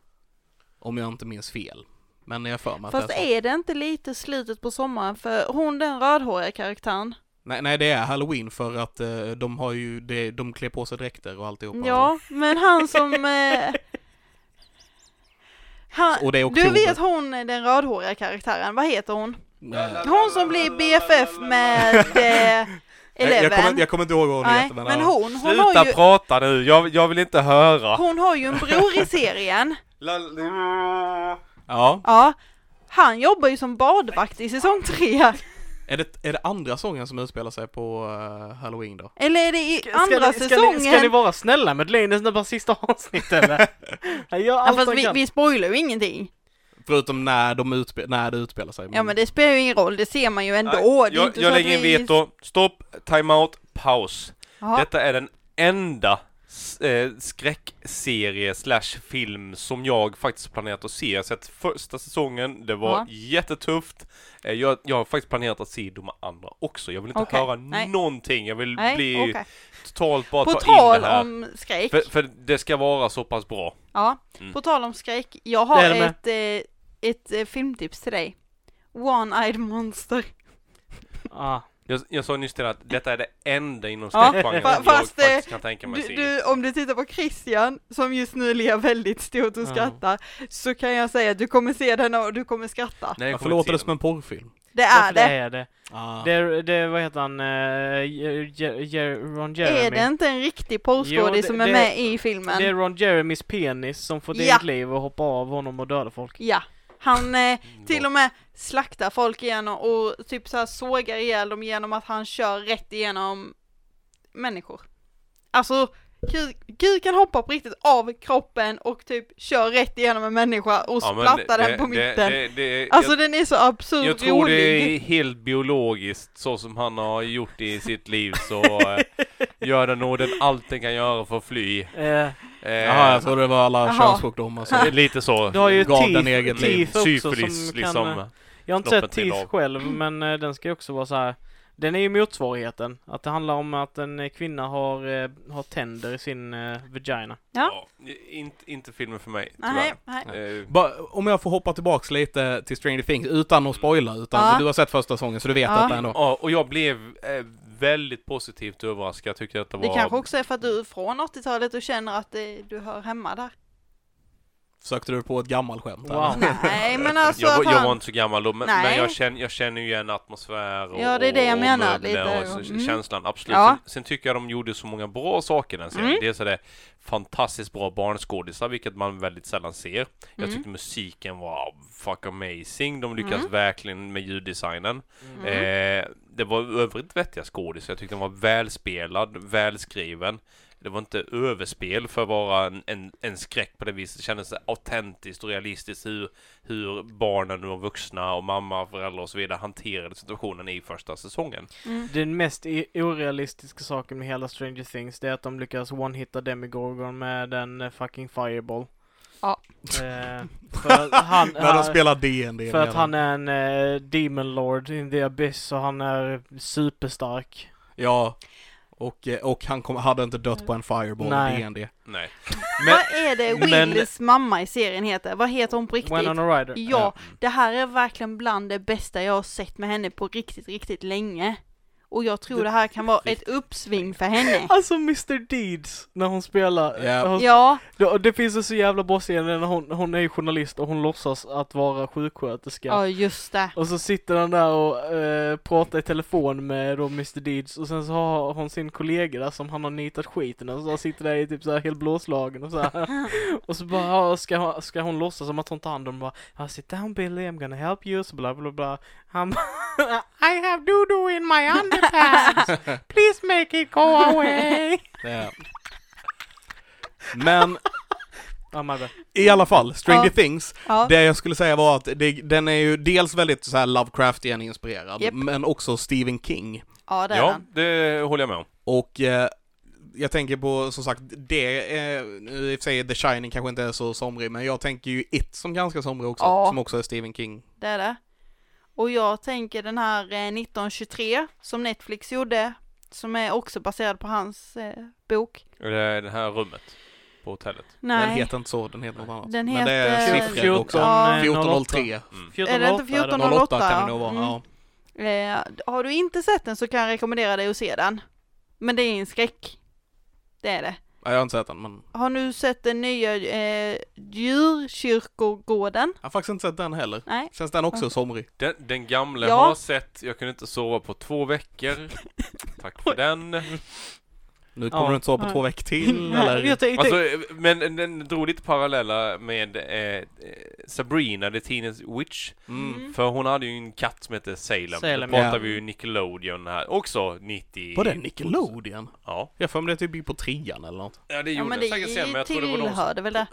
om jag inte minns fel. Men jag har för mig att Fast det är så. är det inte lite slutet på sommaren? För hon den rödhåriga karaktären. Nej, nej, det är halloween för att eh, de har ju, det, de klär på sig dräkter och alltihopa. Ja, men han som... Eh, han, Och det är du oktober. vet hon den rödhåriga karaktären, vad heter hon? Nej. Hon som blir BFF med eh, Eleven. Jag, kommer, jag kommer inte ihåg vad hon Nej, heter men, men ja. hon, hon har, Sluta ju, prata nu, jag, jag vill inte höra! hon har ju en bror i serien. ja. Ja. Han jobbar ju som badvakt i säsong tre. Är det, är det andra sången som utspelar sig på eh, halloween då? Eller är det i Ska- andra ska ni, ska säsongen? Ni, ska ni vara snälla med Linus när bara sista avsnitt eller? Jag gör ja, allt fast jag vi, kan. vi spoilar ju ingenting. Förutom när, de utspe, när det utspelar sig. Ja men det spelar ju ingen roll, det ser man ju ändå. det är jag inte jag så att lägger in vi- veto, stopp, timeout, paus. Jaha. Detta är den enda s- eh, skräckserie slash film som jag faktiskt planerat att se. Jag har sett första säsongen, det var Ja. jättetufft. Eh, jag, jag har faktiskt planerat att se de andra också. Jag vill inte Okej, höra nej. någonting, jag vill Nej, bli okej. totalt bara På ta in det tal här. om skräck. För, för det ska vara så pass bra. Ja, Mm. på tal om skräck. Jag har Det är det med. ett, eh, ett eh, filmtips till dig. One-Eyed Monster. Ah, Jag, jag sa nyss till att detta är det enda inom Ja, skräckgenren fa- jag fast, eh, faktiskt kan tänka mig att Du, se. du, om du tittar på Christian, som just nu ler väldigt stort och Ja. skrattar, så kan jag säga att du kommer se den och du kommer skratta. Nej, jag Varför kommer inte låter se det den. som en porrfilm? Det är varför det. är det. Ah. Det, är, det är, vad heter han, eh, Jer- Jer- Jer- Ron Jeremy? Är det inte en riktig Jo, det- porrskådis som är det- med i Det är filmen? Ron Jeremys penis som får Ja. ditt liv och hoppar av honom och dödar folk. Ja. Han eh, till och med slaktar folk igen och, och typ så här sågar ihjäl dem genom att han kör rätt igenom människor. Alltså, Kuk, kuken hoppar på riktigt av kroppen och typ kör rätt igenom en människa och Ja, men splattar det- den på det- mitten. det- det- alltså den är så absurd jag, jag tror det rolig. är helt biologiskt så som han har gjort i sitt liv så eh, gör den nog den allt den kan göra för att fly. Eh, Eh, Jaha, jag trodde det var alla Jaha. könssjukdomar som... alltså, det är lite så. du har ju Gav den teeth, eget liv. teeth också Syfilis som liksom. kan... eh, Jag har inte Loppet sett till Teeth av. själv, men eh, den ska ju också vara så här. Den är ju motsvarigheten. Att det handlar om att en eh, kvinna har, eh, har tänder i sin eh, vagina. Ja. inte, inte filmen för mig, Nej, tyvärr. nej. Eh, Ba, om jag får hoppa tillbaks lite till Stranger Things utan att spoila, utan Ja. du har sett första säsongen så du vet Ja. detta ändå. Ja, och jag blev eh, väldigt positivt överraskad. Jag tyckte att det var... Det kanske också är för att du är från 80-talet och känner att det, du hör hemma där. Försökte du på ett gammalskämt? eller? Wow. Nej men alltså jag, att var- jag var han... inte så gammal då, men, Nej. men jag, känner, jag känner ju en atmosfär och Ja, det är det jag och menar, möbler lite. Och så- Mm. känslan, absolut. Ja. Sen, sen tycker jag de gjorde så många bra saker i den serien. Mm. Dels är det fantastiskt bra barnskådisar, vilket man väldigt sällan ser. Jag Mm. tyckte musiken var fuck amazing. De lyckades Mm. verkligen med ljuddesignen. Mm. Mm. Eh, det var övrigt vettiga skådisar. Jag tyckte den var välspelad, välskriven. Det var inte överspel för att vara en, en, en skräck på det viset. Det kändes autentiskt och realistiskt hur, hur barnen och vuxna och mamma och föräldrar och så vidare hanterade situationen i första säsongen. Mm. Den mest i- orealistiska saken med hela Stranger Things, det är att de lyckas one-hitta Demigorgon med en eh, fucking fireball. Ja. Eh, för att han, När de han, spelar D&D för att han är en eh, Demon Lord in the Abyss och han är superstark. Ja. Och, eh, och han kom, hade inte dött på en fireball Nej. i D&D. Nej. Vad är det men- Wigleys mamma i serien heter? Vad heter hon på riktigt? Winona Ryder. Ja, det här är verkligen bland det bästa jag har sett med henne på riktigt, riktigt länge. Och jag tror det här kan vara ett uppsving för henne. Alltså Mr Deeds, när hon spelar. Ja. när hon Ja, Det, det finns en så jävla bra scen när hon, hon är ju journalist och hon låtsas att vara sjuksköterska. ja just det. Och så sitter han där och eh, pratar i telefon med då Mr Deeds och sen så har hon sin kollega där som han har nitat skiten och så han sitter där i typ så här helt blåslagen och så här. Och så bara ja, ska, hon- ska hon låtsas som att hon tar hand om bara ah, sit down Billy I'm gonna help you så bla bla bla. Han bara, I have doo-doo in my underpants please make it go away. Det är- Eh. Men Ja, Marbe. i alla fall, Stranger Ja. Things, Ja, det jag skulle säga var att det, den är ju dels väldigt så här Lovecraftian inspirerad, Japp. men också Stephen King. ja det är ja, den. det håller jag med om. Och eh, jag tänker på, som sagt, det, eh, nu i och för sig The Shining kanske inte är så somrig, men jag tänker ju It som ganska somrig också, Ja. som också är Stephen King. Det är det. Och jag tänker den här eh, 1923 som Netflix gjorde, som är också baserad på hans eh, bok. Det är Eh, Det här rummet på hotellet. Den Nej, heter inte så, den heter något annat. Den Men det Eh, är heter- siffror också. Ja. 1403. Mm. Är det 1408? inte 1408? 08 kan det nog vara, Mm. ja. eh, har du inte sett den så kan jag rekommendera dig att se den. Men det är en skräck. Det är det. Ja, Jag har inte sett den, men Har nu sett den nya eh, djurkyrkogården? jag har faktiskt inte sett den heller. Nej. Känns den Mm. också somrig? Den, den gamle Ja. har sett, jag kunde inte sova på två veckor. Tack för den. Nu kommer Ja. du inte så på Ja. två veckor till, eller? Jag tänkte- Alltså, eh, men den drog lite paralleller med eh, eh, Sabrina, The Teenage Witch. Mm. För hon hade ju en katt som hette Salem. Salem, Då pratar ja. vi ju Nickelodeon här. Också 90... Var det Nickelodeon? Ja. Jag för mig det typ gick på trean eller något. Ja, det Ja gjorde men den det säkert sen, men jag tror det var de som tillhörde väl det?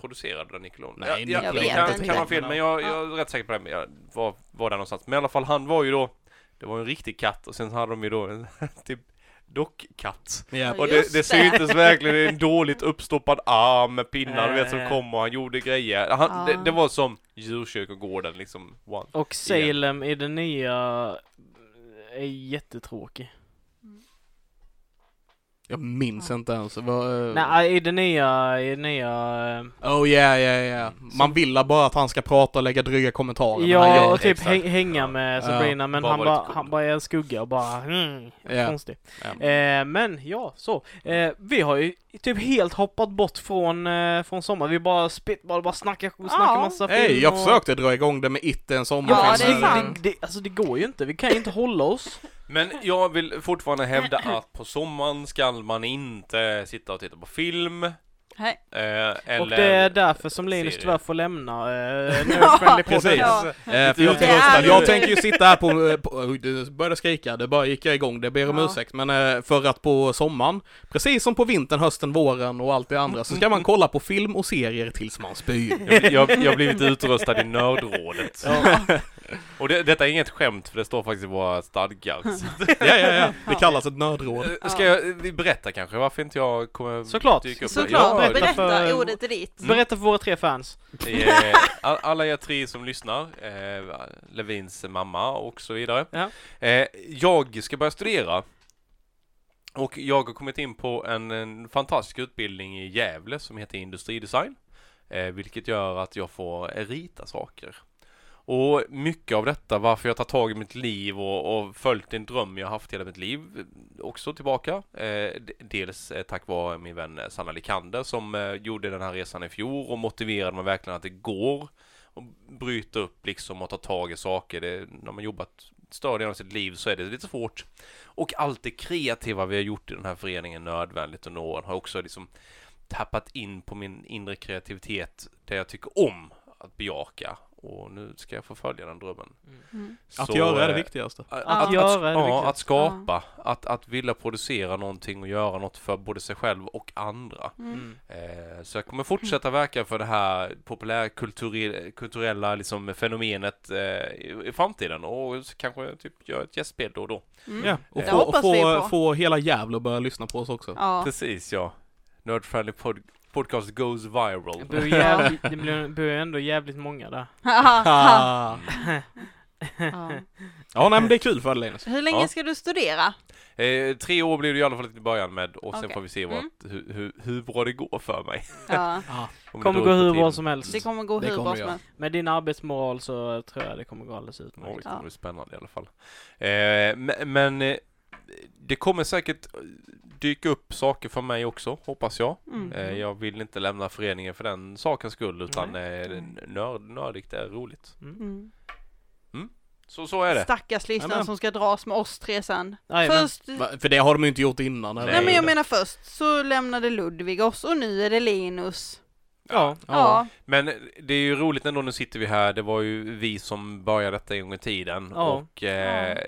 producerade den Nickelodeon. Nej, ja, ja, jag det vet kan, inte. kan vara fel, men jag, jag är rätt säker på det. Men jag var, var där någonstans. Men i alla fall, han var ju då... Det var ju en riktig katt och sen hade de ju då en typ dockkatt. Ja. Och Just det, det det. syntes verkligen i en dåligt uppstoppad arm med pinnar, du vet, som Eh. kom och han gjorde grejer. Han, Ja. det, det var som djurkyrkogården liksom. One. Och Salem i den nya är jättetråkig. Jag minns inte ens. Vad, eh, Nej, ah, i den nya, i den nya... eh, Oh yeah, yeah, yeah. Man vill bara att han ska prata och lägga dryga kommentarer. men han Ja, gör och typ exakt. häng, hänga Ja. med Ja. Sabrina, men Bara han vara lite bara, cool. han bara är en skugga och bara mm, det. Ja. konstig. Ja. Eh, men ja, så. Eh, vi har ju typ helt hoppat bort från, eh, från sommar. Vi bara spitball, bara snackar, snackar Ja. massa Hej, film jag och- försökte dra igång det med It en Ja, sommarfilm. det är men- sant. det, det, alltså det går ju inte, vi kan ju inte hålla oss. Men jag vill fortfarande hävda att på sommaren ska man inte sitta och titta på film. Nej. Eh, eller... Och det är därför som Linus serie. tyvärr får lämna eh, Ja, Nerd Friendly precis. Podcast. Ja. Eh, för jag, Det är- jag tänker ju sitta här på, eh, på oj, det började skrika, det bara gick jag igång, det ber om Ja. ursäkt, men eh, för att på sommaren, precis som på vintern, hösten, våren och allt det andra, så ska Mm. man kolla på film och serier tills man spyr. Jag, jag, jag har blivit utröstad i nördrådet. Och det, detta är inget skämt för det står faktiskt i våra stadgar. Så- Ja, ja, ja, det kallas ett nördråd. Eh, Ska jag eh, berätta kanske varför inte jag kommer Såklart. dyka upp? där? Ja, Såklart, berätta berätta, för- ordet är ditt. Berätta för våra tre fans. Eh, all- alla er tre som lyssnar, eh, Levins mamma och så vidare. Ja. Eh, jag ska börja studera. Och jag har kommit in på en, en fantastisk utbildning i Gävle som heter industridesign. Eh, vilket gör att jag får rita saker. Och mycket av detta, varför jag tar tag i mitt liv och, och följt en dröm jag haft hela mitt liv eh, också tillbaka. Eh, d- dels eh, tack vare min vän eh, Sanna Likander som eh, gjorde den här resan i fjol och motiverade mig verkligen att det går och bryta upp liksom och ta tag i saker. Det, när man jobbat större delen av sitt liv så är det lite svårt. Och allt det kreativa vi har gjort i den här föreningen nödvändigt under åren har också liksom tappat in på min inre kreativitet, det jag tycker om att bejaka. Och nu ska jag förfölja den drömmen. Mm. Att Så, göra är det eh, viktigaste. Att, Ja. att, Göra är det ja, viktigaste. att skapa, att, att vilja producera någonting och göra något för både sig själv och andra. Mm. Eh, Så jag kommer fortsätta verka för det här populärkulturella liksom, fenomenet eh, i i framtiden och så kanske jag typ gör ett gästspel då och då. Mm. Ja, och Det få, och hoppas vi få, på. få hela Gävle att börja lyssna på oss också. Ja. Precis ja. Nördfriendly pod- podcast goes viral. Det bor, ju jävligt, det blir- bor ju ändå jävligt många där. ja. Ah. Ja, nej men det är kul för dig Linus. Hur länge Ja. ska du studera? Eh, tre år blir det i alla fall i början med och sen Okej. får vi se Mm. vart, hur, hur, hur bra det går för mig. Ja. Om Kommer det drar gå ut på hur bra tiden. som helst. Det kommer gå Det hur kommer bra jag. som helst. Med din arbetsmoral så eh, tror jag det kommer gå alldeles Oj, utmärkt. det kommer Ja. bli spännande i alla fall. Eh, me- men eh, det kommer säkert eh, dyka upp saker för mig också, hoppas jag. Mm. Eh, Jag vill inte lämna föreningen för den sakens skull utan eh, Mm. n- nörd, nördigt är roligt. Mm. Så så är det. Stackars lyssnaren Jajamän. som ska dras med oss tre sen. Jajamän. Först, nej, Va, För det har de ju inte gjort innan. eller? Nej, men jag menar först så lämnade Ludvig oss och nu är det Linus. Ja. Ja, Men eh, det är ju roligt ändå, nu sitter vi här. Det var ju vi som började detta en gång i tiden. Ja. Mm. Och eh,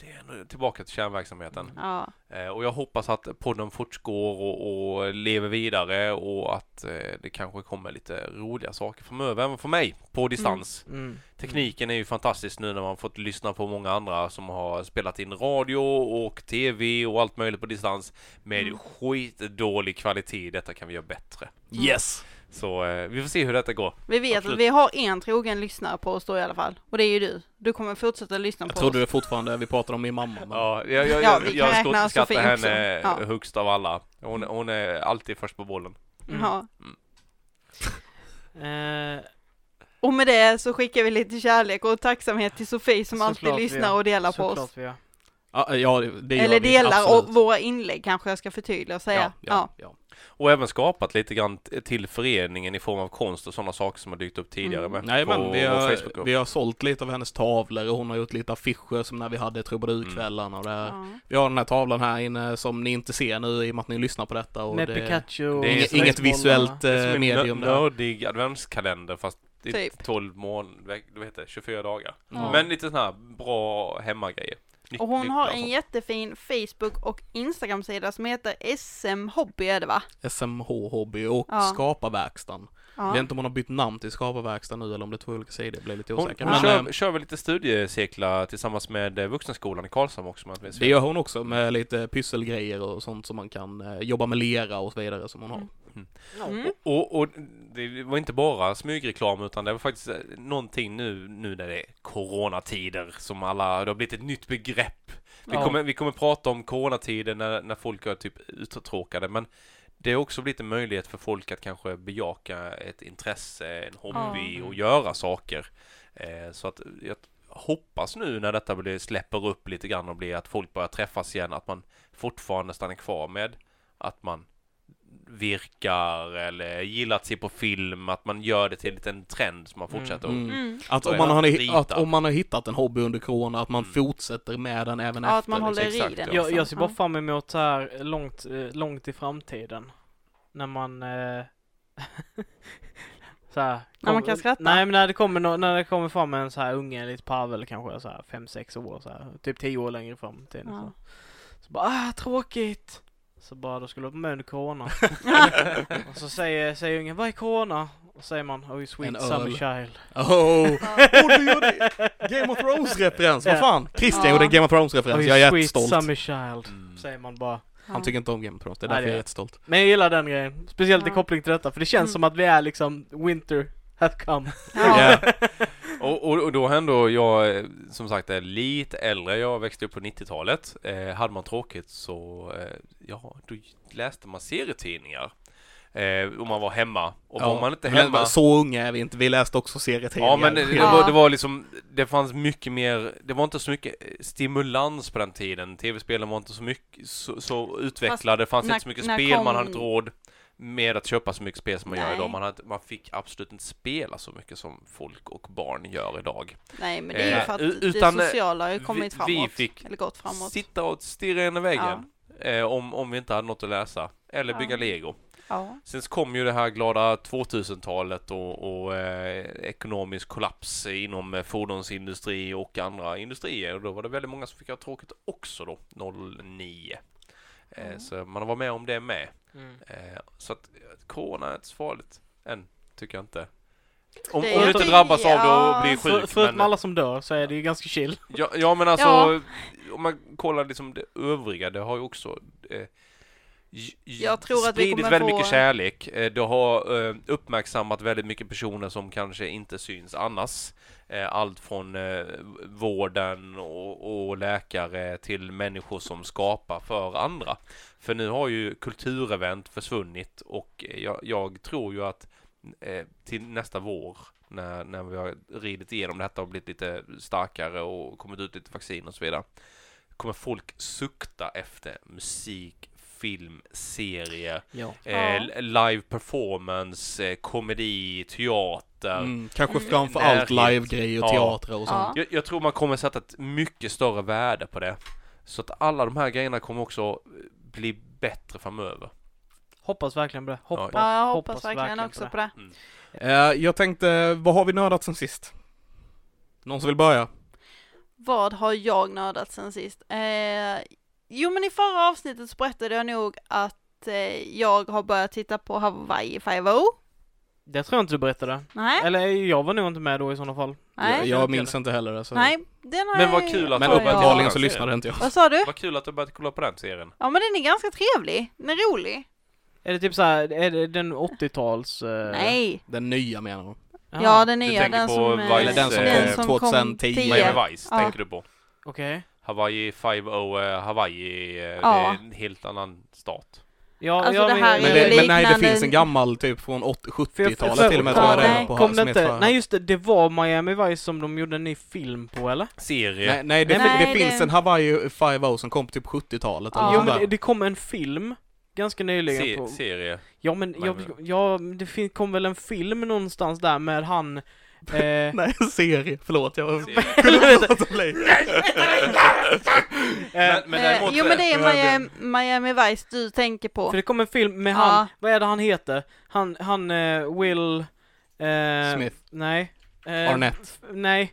det är ändå tillbaka till kärnverksamheten. ja. Eh, och jag hoppas att podden fortgår och, och lever vidare och att eh, det kanske kommer lite roliga saker framöver, även för mig, på distans. Mm. Tekniken är ju fantastisk nu när man fått lyssna på många andra som har spelat in radio och tv och allt möjligt på distans med Mm. skitdålig kvalitet. Detta kan vi göra bättre. Yes! Så eh, vi får se hur detta går. Vi vet Absolut. att vi har en trogen lyssnare på oss då i alla fall. Och det är ju du. Du kommer fortsätta lyssna Jag på trodde oss. det fortfarande, vi pratade om min mamma. Men... Ja, jag, Ja, jag, jag, vi kan jag räkna skattar Sofie också. henne Ja. högst av alla. Hon, hon är alltid först på bollen. Mm. Ja. Eh, Och med det så skickar vi lite kärlek och tacksamhet till Sofie som alltid Såklart vi lyssnar gör. och delar på oss. såklart vi gör. Ja, ja, det gör Eller vi, delar absolut. och våra inlägg kanske jag ska förtydliga och säga. Ja, ja, ja. Och även skapat lite grann t- till föreningen i form av konst och sådana saker som har dykt upp tidigare Mm. med Nej på men vi vår har, Facebookgrupp. vi har sålt lite av hennes tavlor och hon har gjort lite affischer som när vi hade Mm. trubadurkvällarna och det här. Ja. Vi har den här tavlan här inne som ni inte ser nu i och med att ni lyssnar på detta och Med det Pikachu och det är inget, som inget visuellt Det är som eh, en medium nö- där. nördig adventskalender fast i Typ. 12 månader, vad heter det, 24 dagar. Ja. Men lite sådana här bra hemmagrejer. Ny- Och hon nycklar har och en sånt. jättefin Facebook och Instagram-sida som heter SM Hobby är det va? SMH Hobby och Ja. Skaparverkstan. Jag Ja. vet inte om hon har bytt namn till Skaparverkstan nu eller om det är två olika sidor, jag blir lite Hon, osäker. hon Men eh, kör, kör väl lite studiecirklar tillsammans med eh, Vuxenskolan i Karlshamn också om jag inte minns det fel. gör hon också med lite pysselgrejer och sånt som man kan eh, jobba med lera och så vidare som hon har. Mm. Mm. och, och det var inte bara smygreklam utan det var faktiskt eh, någonting nu, nu när det är coronatider som alla, det har blivit ett nytt begrepp. Vi, Ja. kommer, vi kommer prata om coronatider när, när folk är typ uttråkade men det har också blivit en möjlighet för folk att kanske bejaka ett intresse, en hobby Ja. och göra saker. Eh, så att jag hoppas nu när detta blir, släpper upp lite grann och blir att folk börjar träffas igen att man fortfarande stannar kvar med att man virkar eller gillar att se på film, att man gör det till en liten trend som man Mm. fortsätter Mm. upp. Att om, Ja, man har, rita. att om man har hittat en hobby under corona, att man Mm. fortsätter med den även Ja, efter. Typ, att man håller liksom, alltså. exakt, i den. ja. Jag, jag ser bara Ja. fram emot så här långt, eh, långt i framtiden. när man... Eh, så här, När man kan skratta. Nej, men när det kommer, nå- när det kommer fram en så här unge, lite pavel kanske, så här 5-6 år, så här, typ 10 år längre fram till Ja. så. så bara ah, tråkigt! Så bara, då skulle jag vara med under corona. Mm. och så säger, säger ungen, vad är corona? Och säger man, oh you En sweet öl. summer child. Oh! Ja. Och du gjorde Game of Thrones-referens, vad fan! Christian Ja. gjorde en Game of Oh Thrones-referens, jag you är sweet jättestolt. summer child. Mm. Säger man bara. Han tycker inte om Game of Thrones, det är Nej, därför det jag är är- jättestolt. Men jag gillar den grejen. Speciellt i Ja. koppling till detta, för det känns Mm. som att vi är liksom winter has come. Ja. Ja. Och, och, och då ändå jag eh, som sagt är lite äldre. Jag växte upp på 90-talet. Eh, hade man tråkigt så eh, ja, då läste man serietidningar. Eh, om man var hemma. Och var man inte men hemma... Så unga är vi inte, vi läste också serietidningar. Ja men det, det, Ja. var, det var liksom, det fanns mycket mer, det var inte så mycket eh, stimulans på den tiden. Tv-spelen var inte så mycket, så, så utvecklade, det fanns när- inte så mycket när spel, man hade kom- inte råd med att köpa så mycket spel som man gör Nej. idag. Man, hade, man fick absolut inte spela så mycket som folk och barn gör idag. Nej, men det är ju Eh, för att u- utan, utan, det eh, sociala har ju kommit vi- framåt. vi fick eller gått framåt. Sitta och stirra in i väggen eh, om, om vi inte hade något att läsa. Eller Ja. bygga lego. Ja. Sen så kom ju det här glada 2000-talet och, och eh, ekonomisk kollaps inom eh, fordonsindustri och andra industrier. Och då var det väldigt många som fick ha tråkigt också då, 09. Eh, Mm. Så man var med om det med. Mm. Eh, så att eh, corona är inte så farligt än, tycker jag inte. Om, om Det är du ju inte inte- drabbas av det ja. och blir För, sjuk. förutom men- alla som dör så är det ju ganska chill. Ja, ja men alltså, Ja. om man kollar liksom det övriga, det har ju också eh, j- j- Jag tror att vi spridit kommer väldigt få- mycket kärlek. Eh, Det har eh, uppmärksammat väldigt mycket personer som kanske inte syns annars. Eh, allt från eh, vården och, och läkare till människor som skapar för andra. För nu har ju kulturevent försvunnit och eh, jag, jag tror ju att eh, till nästa vår när, när vi har ridit igenom detta och blivit lite starkare och kommit ut lite vaccin och så vidare kommer folk sukta efter musik, film, serier, Ja. eh, Ja. l- live performance, eh, komedi, teater. Mm, kanske Mm. framför allt Närhet. livegrejer och Ja. teatrar och sånt. Jag, jag tror man kommer sätta ett mycket större värde på det. Så att alla de här grejerna kommer också eh, bli bättre framöver. Hoppas verkligen på det. Hoppas, ja, jag hoppas, verkligen på också det. på det. Eh, jag tänkte, vad har vi nördat sen sist? Någon som vill börja? Vad har jag nördat sen sist? Eh, jo, men i förra avsnittet så berättade jag nog att eh, jag har börjat titta på Hawaii 5 Det tror jag inte du berättade. Nej, Eller jag var nog inte med då i sådana fall. nej, Jag, jag minns inte heller det. Så. nej, den har Men vad jag- kul att Men Ja, uppenbarligen ja. så lyssnade inte jag. Vad sa du? Vad kul att du börjat kolla på den serien. Ja, men den är ganska trevlig. Den är rolig. Eh, Är det typ såhär, är det den 80-tals... eh, Nej, Den nya menar hon. jaha, ja den Du nya, tänker den på som, Vice, eh, Eller den som kom 2010. tio. Ja. Miami Vice Ja. tänker du på. Okej. Hawaii 5-0, eh, Hawaii, eh, det Ja. är en helt annan stat. Ja, Alltså, jag det här men- Men, är det, men nej, det liknande- finns en gammal typ från åt- för jag- 70-talet för- till och med Ja, tror jag det nej. är på Kom här, det som heter inte? Fire. Nej just det, det var Miami Vice som de gjorde en ny film på eller? serie. Nej, nej, det, Nej, det det- finns en Hawaii 5 som kom typ 70-talet Ja. eller Jo sånt men det, där. det kom en film ganska nyligen Se- på... serie. Ja men eh, jag, ja, det fin- kom väl en film någonstans där med han... Eh, Nej, serie. Förlåt, jag var... serie. men, Eh, men däremot jo men det är Ja, det- Miami, Miami Vice du tänker på. För det kom en film med Ja. han, vad är det han heter? Han, han eh, Will... Eh, Smith. Nej. Eh, Arnett. f- Nej.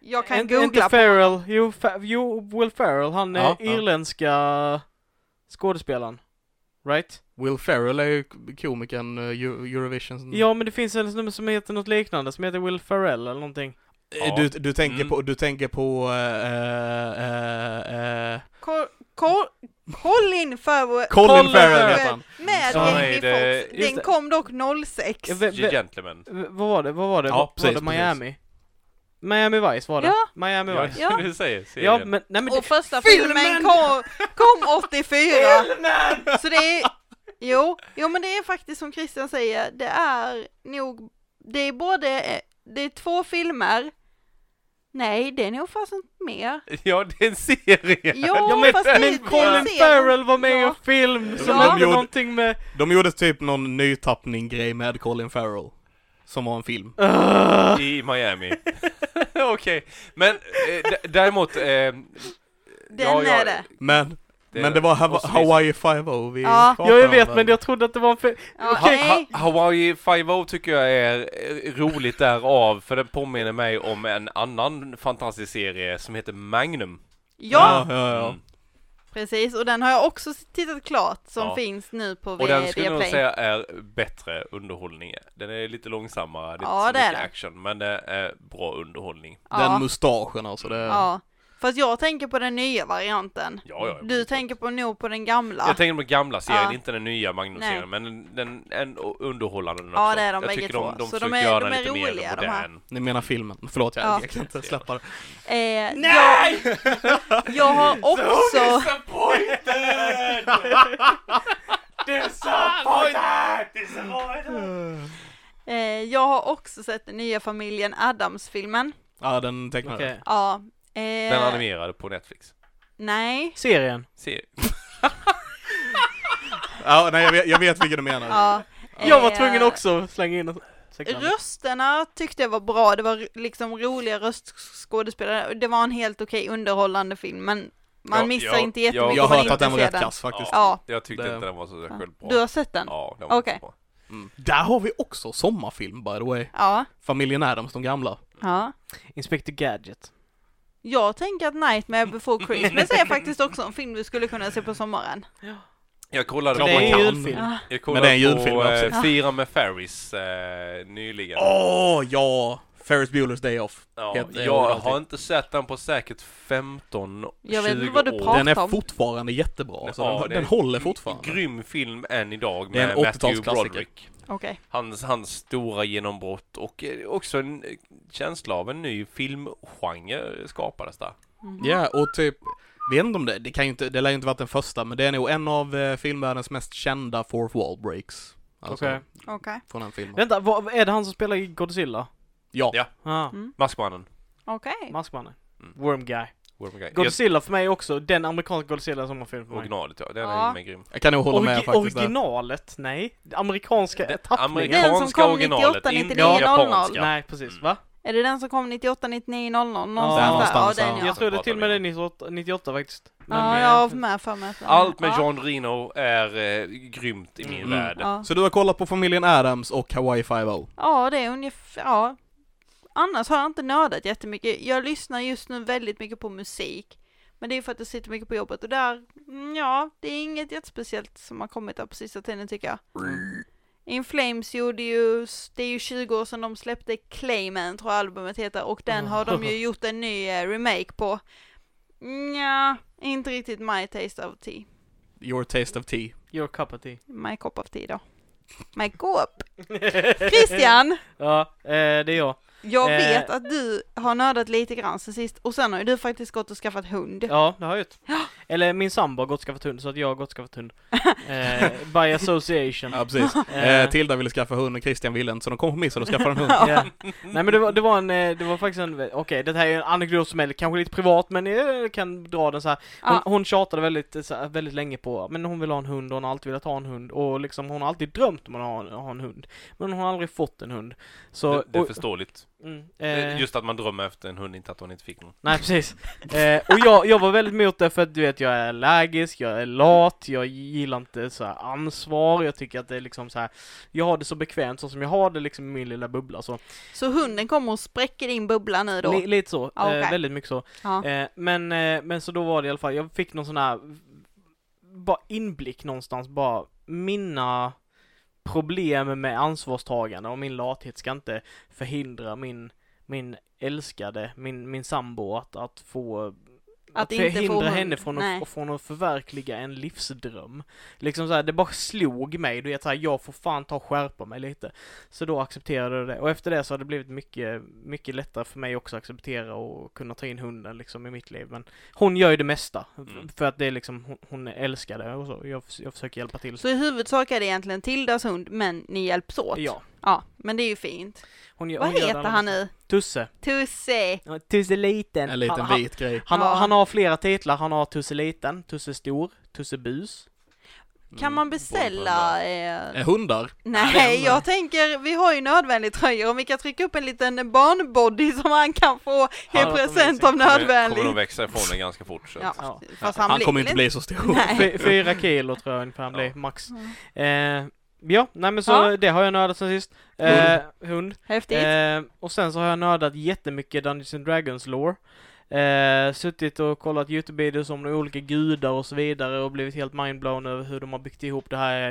Jag kan Inte- googla Inte på Ferrell. Jo, Fa- jo, Will Ferrell. Han är Ja, ja. irländska skådespelaren. Right? Will Ferrell är ju komikern eh, Euro- Eurovision. Ja, men det finns en snubbe som heter något liknande, som heter Will Ferrell eller någonting. Eh, Du, du tänker Mm. på, du tänker på, eh, eh, eh, Col- Col- Colin Farrow Colin, Colin Farrell Farrell. heter han. med Ja, Jamie nej, det- Foxx. just Den det. kom dock 06. Ja, ve- ve- The Gentleman. v- vad var det? Vad var det? Ja, Vad- precis, var det precis. Miami? Miami Vice var det. Ja. Miami Ja, Vice. Ja. du säger serien. Ja, men, nej men... Och första Filmen! filmen kom, kom 84. Så det är, jo, jo men det är faktiskt som Christian säger, det är nog, det är både, det är två filmer, nej det är nog fasen mer. Ja, det är en serie. Jo, Ja, men, fast det, men det Colin ser- Farrell var med i en Ja. film som Ja. hette De gjorde- någonting med... De gjorde typ någon nytappning-grej med Colin Farrell. Som var en film. Ugh. I Miami. Okej, men eh, d- däremot... Eh, Den är det. Men Det- Men det var och Hawa- så- Hawaii 5 vi Ja. Ja, jag vet, men jag trodde att det var en fel. Ja, Ha, nej. ha, Hawaii 5 tycker jag är eh, roligt därav, för den påminner mig om en annan fantastisk serie som heter Magnum. ja, ja, ja, ja. Mm. precis. Och den har jag också tittat klart som Ja. finns nu på Och den skulle jag nog Viaplay. säga är bättre underhållning. Den är lite långsammare, det är Ja, inte det så är mycket det. action, men det är bra underhållning. Ja. Den mustaschen alltså, det... Ja. Fast jag tänker på den nya varianten. Ja, ja, ja. Du tänker på nog på den gamla. Jag tänker på den gamla serien, Ja. inte den nya Magnum-serien, men den en underhållande också. Ja, det är de jag bägge tycker två. de, de Så försöker de är- göra de den är lite mer roliga, de här. modern. Ni menar filmen? Förlåt, jag, Ja. jag kan inte släppa det. Eh, Nej! Jag, jag har också... Eh, jag har också sett den nya familjen Adams-filmen. Ja, den tecknade. Okej. Ja. Eh, Den animerade på Netflix. Nej. Serien. Ser. Ja, nej, jag vet, jag vet vilken du menar. Ja. Jag var Eh, tvungen också att slänga in en... Ursäkta. Rösterna tyckte jag var bra, det var liksom roliga röstskådespelare. Det var en helt okej underhållande film, men man Ja, missar jag- inte jättemycket jag- Jag om har man hört inte att den var ser rätt kass faktiskt. Ja, Jag tyckte Det- inte den var så särskilt bra. du har sett den? Ja. Ja, den var Okej. inte så bra. Mm. Där har vi också sommarfilm by the way. Ja. Familjen Adams, de gamla. Inspector Gadget. Jag tänker att Nightmare before Christmas är faktiskt också en film du skulle kunna se på sommaren. Jag kollade Det på... är man en kan. julfilm. Ah. Men Jag det är en kollade julfilm på också. eh, Fira med Ferris eh, nyligen. Ah. Åh, ja! Ferris Bueller's Day Off. ja, heter- jag någonting. har inte sett den på säkert 15, Jag vet 20 inte vad du år. pratar Den är Tom. fortfarande jättebra. Alltså, Ja, den, det- den håller fortfarande. Grym film än idag Det är med en Matthew 80-talsklassiker. Broderick. Okej. Hans, hans stora genombrott och eh, också en eh, känsla av en ny filmgenre skapades där. Ja, Mm. och typ, vet inte om det, det kan ju inte, det lär ju inte varit den första, men det är nog en av eh, filmvärldens mest kända fourth wall breaks. Alltså, Okej. Okej. från den filmen. Vänta, vad, är det han som spelar i Godzilla? Ja. Ja. Ah, Mm. Maskmannen. Okej. Maskmannen. Mm. Worm Guy. Worm Guy. Jag- Godzilla för mig också, den amerikanska Godzilla som har film för mig. Originalet ja, den Ja. är med grym. Jag kan nog hålla med Orgi- faktiskt. där. originalet? Nej. Det amerikanska Det- tappningen. amerikan- Den som Amerikanska kom originalet, 98, 99, inte 00. japanska. Nej, precis. Va? Är det den som kom 98, 99, 00? Mm. Någonstans Där där. någonstans, ja, ja. den ja. Jag trodde pratar till och vi med om. det är 98, 98 faktiskt. Ja, eh, jag har med för mig. att- Allt med ja. John Reno är eh, grymt i min Mm. värld. Ja. Så du har kollat på familjen Adams och Hawaii 5 ja, det är ungefär, ja. Annars har jag inte nördat jättemycket. Jag lyssnar just nu väldigt mycket på musik. Men det är för att jag sitter mycket på jobbet och där, mm, ja, det är inget jättespeciellt som har kommit där på sista tiden tycker jag. In Flames gjorde ju, det är ju 20 år sedan de släppte Clayman tror jag albumet heter och den har de ju gjort en ny eh, remake på. Nja, inte riktigt My Taste of Tea. Your Taste of Tea. Your cup of tea. My Cup of Tea då. My Cup! Christian! Ja, eh, det är jag. Jag Eh. vet att du har nördat lite grann sen sist och sen har ju du faktiskt gått och skaffat hund. Ja, det har jag gjort. Eller min sambo har gått skaffat hund, så att jag har gått skaffat hund. Eh, by association. Ja, precis. Eh. eh, Tilda ville skaffa hund och Christian ville inte, så de kompromissade och skaffade en hund. Ja. Nej men det var, det var en, eh, det var faktiskt en, okej det här är en anekdot som är kanske lite privat men eh, jag kan dra den så här. Hon, Ja. hon tjatade väldigt, eh, så här, väldigt länge på, men hon vill ha en hund och hon har alltid velat ha en hund och liksom hon har alltid drömt om att ha en, ha en hund. Men hon har aldrig fått en hund. Så, Det, det är och- förståeligt. mm, Eh, eh, Just att man drömmer efter en hund, inte att hon inte fick någon. Nej precis. Eh, och jag, jag var väldigt emot det för att du vet jag är allergisk, jag är lat, jag gillar inte så här ansvar, jag tycker att det är liksom så här. Jag har det så bekvämt så som jag har det liksom i min lilla bubbla så. Så hunden kommer och spräcker din bubbla nu då. Li- lite så, Ja, eh, okej. väldigt mycket så. Ja. Eh, men, eh, men så då var det i alla fall, jag fick någon sån här bara inblick någonstans, bara mina problem med ansvarstagande och min lathet ska inte förhindra min, min älskade, min, min sambo att, att få Att inte få förhindra hon- henne från nej. att, från att förverkliga en livsdröm. Liksom såhär, det bara slog mig, du vet såhär, jag får fan ta och skärpa mig lite. Så då accepterade jag det, och efter det så har det blivit mycket, mycket lättare för mig också att acceptera och kunna ta in hunden liksom i mitt liv. Men hon gör ju det mesta, Mm. för att det är liksom, hon, hon älskar det och så. Jag, förs- jag försöker hjälpa till. Så i huvudsak är det egentligen Tildas hund, men ni hjälps åt. Ja. Ja, men det är ju fint. Hon, gör- Vad hon gör det heter allra han mesta. nu? Tusse. Tusse! Ja, Tusse liten. En liten han, han, vit grej. han, har- Ja. han har flera titlar, han har Tusse liten, Tusse stor, Tusse bus. Kan Mm. man beställa? Eh, Eh, hundar? nej, den- jag tänker, vi har ju nödvändigt tröjor, om vi kan trycka upp en liten barnbody som han kan få i Han- present av Kommer de nödvändigt. växa ifrån den ganska fort så. att- Ja, Ja. fast Han, han, blir kommer inte väl bli så stor. Nej. Fy- Fyra kilo tror jag ungefär han blir, max. Mm. Eh, ja, nej men så Ja. det har jag nördat sen sist. Eh, hund. Häftigt. Eh, och sen så har jag nördat jättemycket Dungeons and Dragons lore. Eh, suttit och kollat Youtube-videos om de olika gudar och så vidare och blivit helt mindblown över hur de har byggt ihop det här,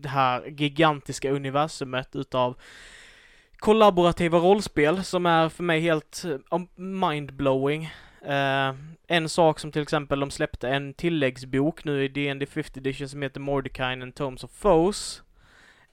det här gigantiska universumet utav kollaborativa rollspel som är för mig helt eh, mindblowing. Eh, en sak som till exempel de släppte en tilläggsbok nu i D&D 50 edition som heter Mordecai and Tomes of Foes.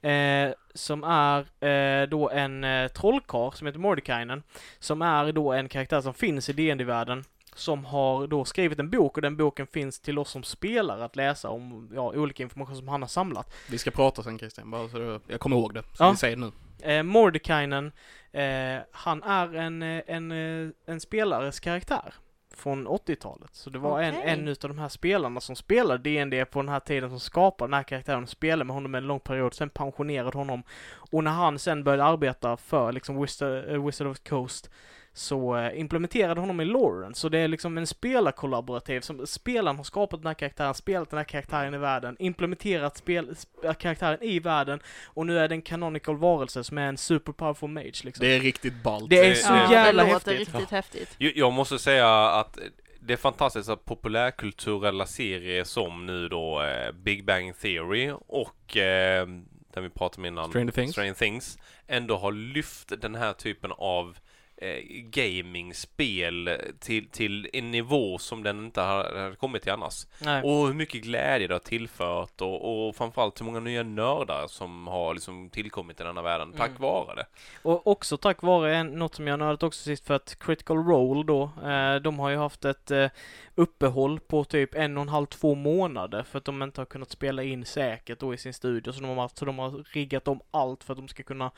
Eh, som är eh, då en eh, trollkarl som heter Mordekainen. Som är då en karaktär som finns i dd världen Som har då skrivit en bok och den boken finns till oss som spelare att läsa om ja, olika information som han har samlat. Vi ska prata sen Christian, bara så du, jag kommer ihåg det. Så Ja. vi säger det nu. Eh, Mordekainen, eh, han är en, eh, en, eh, en spelares karaktär från 80-talet. Så det var Okej. en, en utav de här spelarna som spelade D&D på den här tiden som skapade den här karaktären och spelade med honom en lång period, sen pensionerade honom. Och när han sen började arbeta för liksom Wizard, eh, Wizard of the Coast så eh, implementerade honom i Lauren. Så det är liksom en spelarkollaborativ som spelaren har skapat den här karaktären, spelat den här karaktären i världen, implementerat spel, sp- karaktären i världen och nu är det en canonical varelse som är en super powerful mage liksom. Det är riktigt ballt. Det är det- så det- jävla det låter häftigt. riktigt häftigt. Jag jag måste säga att det är fantastiskt att populärkulturella serier som nu då eh, Big Bang Theory och eh, den vi pratade om innan, Stranger Things. Stranger Things, ändå har lyft den här typen av eh, gaming-spel till, till en nivå som den inte hade hade kommit till annars. Nej. Och hur mycket glädje det har tillfört och, och framförallt hur många nya nördar som har liksom tillkommit i denna världen tack Mm. vare det. Och också tack vare en, något som jag nördat också sist för att Critical Role då, eh, de har ju haft ett eh, uppehåll på typ en och en halv, två månader för att de inte har kunnat spela in säkert då i sin studio. Så de har, haft, så de har riggat om allt för att de ska kunna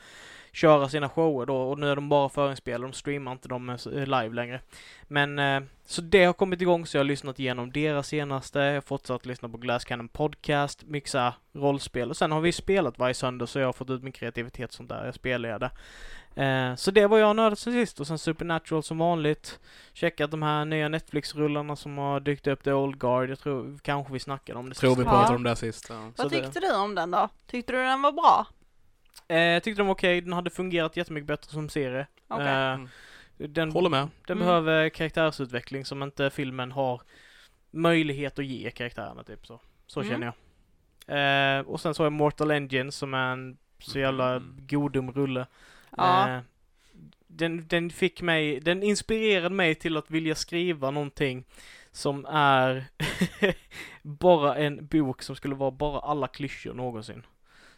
köra sina shower då och nu är de bara förinspelade, de streamar inte dem eh, live längre. Men eh, så det har kommit igång så jag har lyssnat igenom deras senaste, jag har fortsatt lyssna på Glass Cannon Podcast, mixa rollspel och sen har vi spelat varje söndag så jag har fått ut min kreativitet och sånt där, jag spelar ju det. Eh, så det var jag nördat sen sist och sen Supernatural som vanligt. Checkat de här nya Netflix-rullarna som har dykt upp, The Old Guard, jag tror kanske vi snackade om det Tror vi sist. pratade Ja. om det här sist. Ja. Så Vad det- tyckte du om den då? Tyckte du den var bra? Eh, jag tyckte de var okej, den hade fungerat jättemycket bättre som serie. Okej. Eh, Mm. den Håller med. den Mm. behöver karaktärsutveckling som inte filmen har möjlighet att ge karaktärerna typ så. Så Mm. känner jag. Eh, och sen så har jag Mortal Engine som är en så jävla Mm. godum rulle. Ja. Eh, den, den fick mig, den inspirerade mig till att vilja skriva någonting som är bara en bok som skulle vara bara alla klyschor någonsin.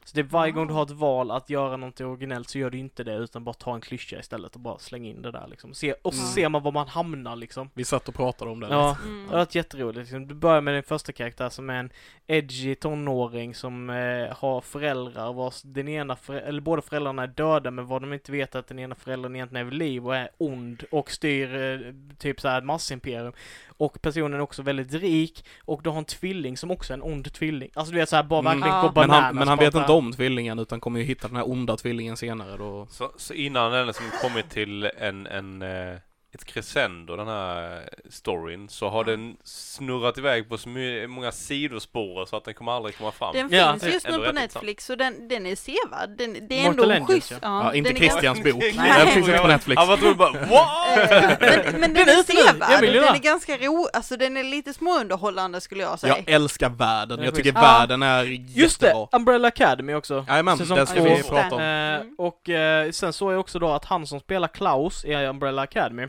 Så det är varje Ah. gång du har ett val att göra någonting originellt så gör du inte det utan bara ta en klyscha istället och bara slänga in det där liksom. Se, och så Mm. ser man var man hamnar liksom. Vi satt och pratade om det. Ja, Mm. det har varit jätteroligt. Liksom. Du börjar med din första karaktär som är en edgy tonåring som eh, har föräldrar vars den ena förä- eller båda föräldrarna är döda men vad de inte vet är att den ena föräldern egentligen är vid liv och är ond och styr eh, typ så här ett massimperium. Och personen är också väldigt rik och du har en tvilling som också är en ond tvilling. Alltså du vet såhär bara Mm. verkligen Ja. gå Men bananas. han, men han bara vet så här. inte om tvillingen utan kommer ju hitta den här onda tvillingen senare då. Så, så innan den liksom kommit till en, en, eh, ett crescendo, den här storyn, så har den snurrat iväg på så my- många sidospår så att den kommer aldrig komma fram. Den Ja. finns just Ändå nu på rätt Netflix så den, den är sevärd. Den, det är Mortal ändå en Engines, schysst. ja. Ja, inte den är ganska- Christians bok. Nej. Den finns inte på Netflix. Ja, vad tror du bara, what? Oh, Eh, men, men den, Den är är ute nu. Jag sevärd, vill ju den ha. är ganska ro, alltså den är lite småunderhållande skulle jag säga. Jag älskar världen. Den är Jag tycker schysst. världen är jättebra. Just det! Umbrella Academy också. Jajamän, Säsong den ska två. vi prata om. Eh, Mm. Och eh, sen såg jag också då att han som spelar Klaus i Umbrella Academy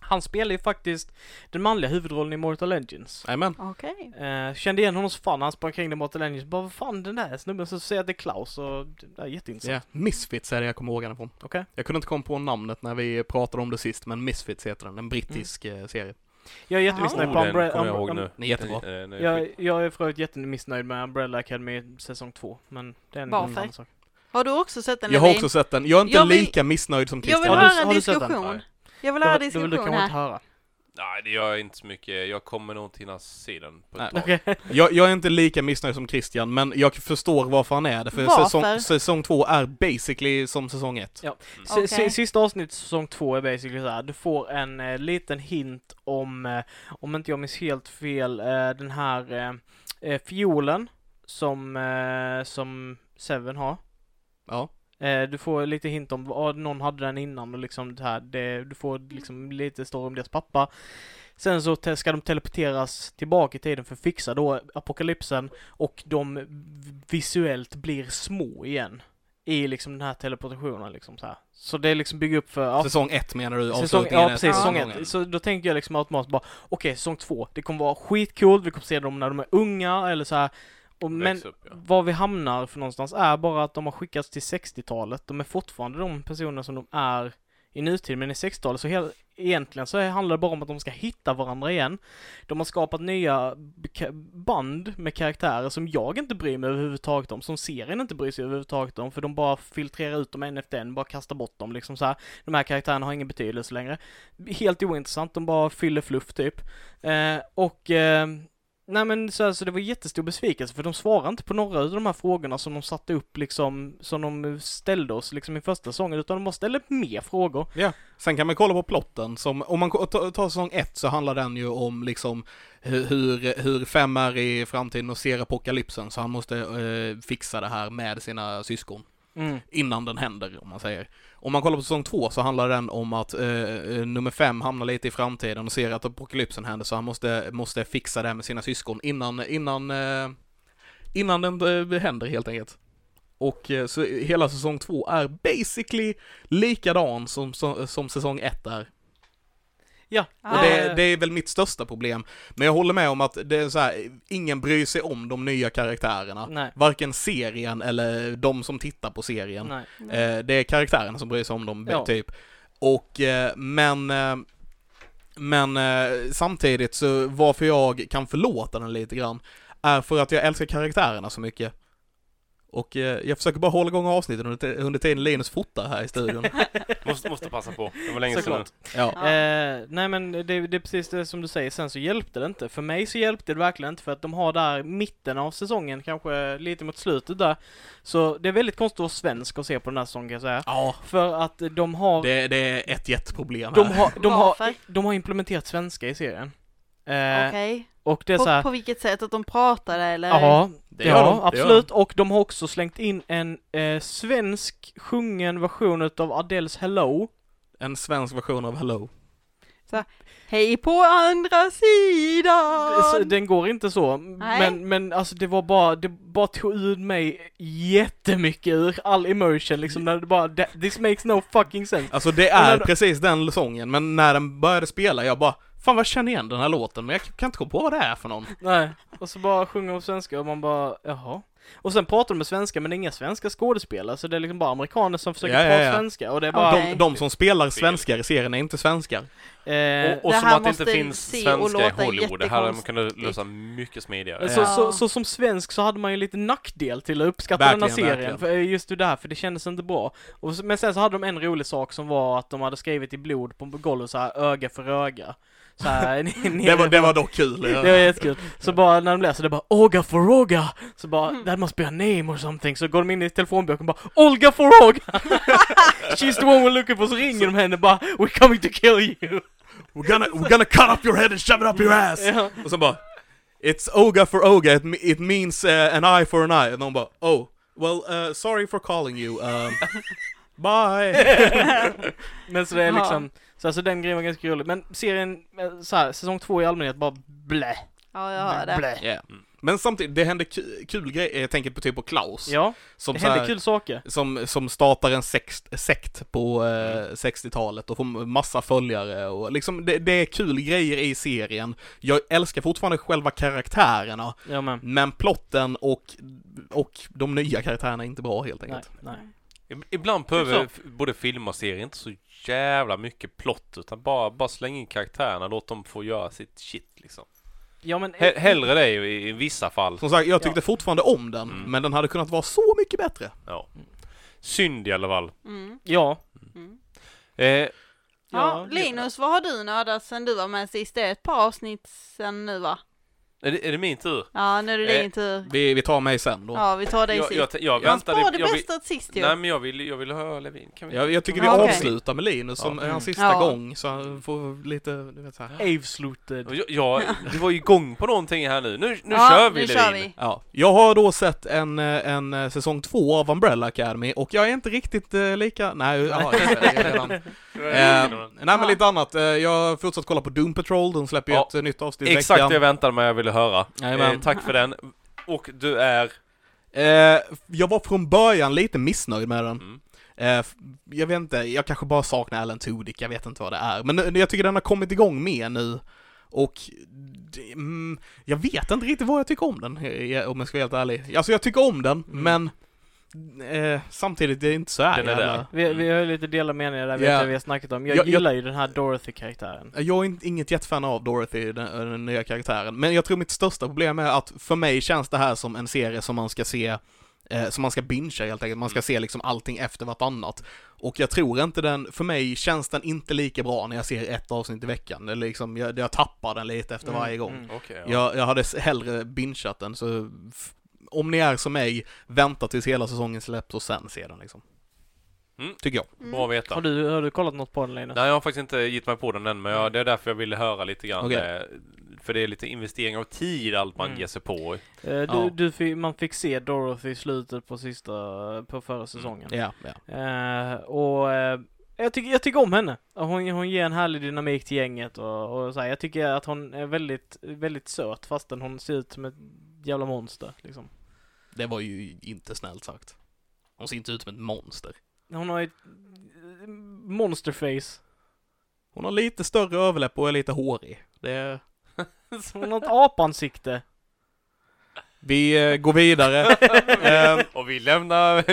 Han spelar ju faktiskt den manliga huvudrollen i Mortal Engines Jajamän. Okej. eh, Kände igen honom som fan, han sprang kring i Mortal Engines bara vad fan den där snubben så säger jag att det är Klaus och det är jätteintressant Yeah. Misfits är det jag kommer ihåg den ifrån. Okej. Jag kunde inte komma på namnet när vi pratade om det sist, men Misfits heter den. En brittisk Mm. eh, serie. Jag är jättemissnöjd Ja. på Oh, den Umbrella kommer jag ihåg nu. Den är jättebra. Eh, den är jag, skit. jag är för övrigt jättemissnöjd med Umbrella Academy säsong två men det är en Varför? annan sak Har du också sett den Jag har Elin? också sett den. Jag är inte Jag vill- lika missnöjd som Jag Christian. vill Har höra du- en har du sett den? diskussion. Nej. Jag vill Då- höra då vill du diskussion kanske inte här. höra Nej, det gör jag inte så mycket. Jag kommer nog inte hinna se den på Nej. ett tag. Okej. Jag, jag är inte lika missnöjd som Christian, men jag förstår varför han är det, för Varför? säsong, säsong två är basically som säsong ett. S- Okej. si- Sista avsnittet säsong två är basically så här. du får en eh, liten hint om, eh, om inte jag minns helt fel, eh, den här eh, eh, fiolen som, eh, som Seven har. Ja. Eh, du får lite hint om, ja, någon hade den innan och liksom det här, det, du får liksom lite story om deras pappa. Sen så te- ska de teleporteras tillbaka i tiden för att fixa då apokalypsen och de visuellt blir små igen. I liksom den här teleportationen liksom så här. Så det är liksom bygga upp för, ja, Säsong ett menar du? Säsong, avslutningen ja är precis, säsong säsongen. ett. Så då tänker jag liksom automatiskt bara, okej säsong två, det kommer vara skitcoolt, vi kommer se dem när de är unga eller så här. Och, men Växa upp, ja. var vi hamnar för någonstans är bara att de har skickats till 60-talet. De är fortfarande de personer som de är i nutid, men i 60-talet så hel- egentligen så handlar det bara om att de ska hitta varandra igen. De har skapat nya b- ka- band med karaktärer som jag inte bryr mig överhuvudtaget om, som serien inte bryr sig överhuvudtaget om, för de bara filtrerar ut dem en efter en, bara kastar bort dem liksom så här. De här karaktärerna har ingen betydelse längre. Helt ointressant, de bara fyller fluff typ. Eh, och eh, Nej men så, alltså, det var jättestor besvikelse för de svarade inte på några av de här frågorna som de satte upp liksom, som de ställde oss liksom i första säsongen utan de bara ställde mer frågor. Sen kan man kolla på plotten, som, om man ko- ta- tar säsong ett så handlar den ju om liksom hu- hur, hur Fem är i framtiden och ser apokalypsen, så han måste eh, fixa det här med sina syskon. innan den händer, om man säger. Om man kollar på säsong två så handlar den om att eh, eh, nummer fem hamnar lite i framtiden och ser att apokalypsen händer så han måste, måste fixa det här med sina syskon innan, innan, eh, innan den eh, händer helt enkelt. Och eh, så hela säsong två är basically likadan som, som, som säsong ett är. Ja. Ah. Och det, det är väl mitt största problem. Men jag håller med om att det är så här, ingen bryr sig om de nya karaktärerna. Nej. Varken serien eller de som tittar på serien. Nej. Eh, det är karaktärerna som bryr sig om dem, Ja. typ. Och, eh, men, eh, men eh, samtidigt så varför jag kan förlåta den lite grann är för att jag älskar karaktärerna så mycket. Och eh, jag försöker bara hålla igång avsnittet under, ti- under tiden Linus fotar här i studion. Måste, måste passa på. Det var länge sedan. Såklart. ja. Ja. Eh, nej men det, det är precis det som du säger, sen så hjälpte det inte. För mig så hjälpte det verkligen inte för att de har där mitten av säsongen, kanske lite mot slutet där. Så det är väldigt konstigt att vara svensk och se på den här säsongen kan jag säga. ja, För att de har det, det är ett jätteproblem De här. har, de, har, Varför? de har implementerat svenska i serien. Eh, Okej. Och det är så På, här, på vilket sätt? Att de pratar eller? ja, Det ja gör de, det gör absolut. Och de har också slängt in en eh, svensk sjungen version utav Adels Hello. En svensk version av Hello. Hej på andra sidan! Så Den går inte så, Nej. men, men alltså det var bara, det bara tog ut mig jättemycket ur all emotion liksom när det bara, "That- this makes no fucking sense. Alltså det Och när är de- precis den sången, men när den började spela, jag bara Fan vad jag känner igen den här låten, men jag kan inte komma på vad det är för någon. Nej, och så bara sjunger de svenska och man bara, jaha. Och sen pratar de med svenska men det är inga svenska skådespelare så det är liksom bara amerikaner som försöker Ja, ja, prata ja. svenska och det är Ja, bara... Okej. De, de som spelar svenskar i serien är inte svenskar. Eh, Och, och Det som här att det inte måste finns se och svenska i låta Hollywood. Det här hade man jättekonstigt. kunnat lösa mycket smidigare. Eh, Så, Ja. så, så som svensk så hade man ju lite nackdel till att uppskatta den här Verkligen, serien, verkligen. för, eh, just det där, för det kändes inte bra. Och, så- men sen så hade de en rolig sak som var att de hade skrivit i blod på golvet så här öga för öga. Så här, ni- ni- Det var, det var dock kul. det var jättekul. Så bara när de läser det bara Olga for Olga! Så bara that must be a name or something. Så går de in i telefonboken och bara Olga for Olga! She's the one we're looking for. Så ringer de henne och bara We're coming to kill you! We're gonna, we're gonna cut up your head and shove it up your ass! Ja. Och sen bara It's oga for oga, it, me- it means eh, an eye for an eye. Och de bara Oh, well uh, sorry for calling you. Um, bye! Men så det är Ja. liksom, så alltså den grejen var ganska rolig. Men serien, eh, så här, säsong två i allmänhet bara blä. Ja, jag hör det. blä. Yeah. Men samtidigt, det hände ku- kul grejer, jag tänker på typ på Klaus. Ja, som det så händer här- kul saker. Som, som startar en sekt, sekt på eh, 60-talet och får massa följare och liksom det, det är kul grejer i serien. Jag älskar fortfarande själva karaktärerna, Ja men. men plotten och, och de nya karaktärerna är inte bra helt Nej, enkelt. nej. Mm. Ib- Eh, Ibland behöver f- både film och serie inte så jävla mycket plott utan bara, bara släng in karaktärerna, låt dem få göra sitt shit liksom. Ja men. He- hellre det ju i, i vissa fall. Som sagt, jag tyckte fortfarande om den, Mm. men den hade kunnat vara så mycket bättre. Ja. Synd i alla fall. Mm. Ja. Mm. Eh, Ja, Ja, Linus, vad har du nördat sen du var med sist? Det är ett par avsnitt sen nu va? Är det, är det min tur? Ja, nu är det Eh, din tur. Vi, vi tar mig sen då. Ja, vi tar dig Jag, sist. jag, jag Man väntade... sparar det jag vill, bästa till sist ju. nej men jag vill, jag vill höra Levin. Kan vi... Jag, jag tycker vi Ja, okej. avslutar med Linus som Ja. är Mm. hans sista Ja. gång, så han får lite, du vet så här. Avsluted. Och Jag, jag, du var ju igång på någonting här nu. Nu, nu ja, kör nu vi Mm. Levin. kör vi. Ja, jag har då sett en, eh, en eh, säsong två av Umbrella Academy och jag är inte riktigt eh, lika... Nej, ja, jag vet, jag vet redan. eh, nej men lite annat. Eh, jag har fortsatt kolla på Doom Patrol, de släpper ju Ja, ett eh, nytt avsnitt i Exakt det jag veckan. väntade mig jag ville höra. Jajamän. Eh, tack för den. Och du är... Eh, jag var från början lite missnöjd med den. Mm. Eh, f- jag vet inte, jag kanske bara saknar Alan Tudyk, jag vet inte vad det är. Men eh, jag tycker den har kommit igång mer nu. Och det, mm, jag vet inte riktigt vad jag tycker om den, eh, om jag ska vara helt ärlig. Alltså jag tycker om den, Mm. men eh, samtidigt, det är inte så här Den är jävla- där. Vi, vi har ju lite delade meningar där, vet Mm. Ja. jag, vi har snackat om. Jag, Jag- jag- gillar ju den här Dorothy-karaktären. Jag är inte- inget jättefan av Dorothy, den, den nya karaktären, men jag tror mitt största problem är att för mig känns det här som en serie som man ska se, eh, som man ska bingea helt enkelt, man ska se liksom allting efter vartannat. Och jag tror inte den, för mig känns den inte lika bra när jag ser ett avsnitt i veckan, det är liksom, jag, jag tappar den lite efter varje gång. Mm. Okej. ja. Jag, jag hade s- hellre bingeat den, så f- om ni är som mig, vänta tills hela säsongen släpps och sen se den liksom. Mm. Tycker jag. Mm. Bra att veta. Har, du, har du kollat något på den Linus? Nej, jag har faktiskt inte gett mig på den än, men jag, det är därför jag ville höra lite grann. Okej. eh, För det är lite investering av tid, allt man Mm. ger sig på. Eh, Du, Ja. du fick, man fick se Dorothy i slutet på sista, på förra säsongen. Ja, ja. Eh, och eh, jag, tycker, jag tycker om henne. Och Hon, hon ger en härlig dynamik till gänget och, och så här. Jag tycker att hon är väldigt, väldigt söt fastän hon ser ut som ett jävla monster liksom. Det var ju inte snällt sagt. Hon ser inte ut som ett monster. Hon har ett eh, monsterface. Hon har lite större överläpp och är lite hårig. Det... Hon har ett apansikte. Vi eh, går vidare. Ehm, Och vi lämnar...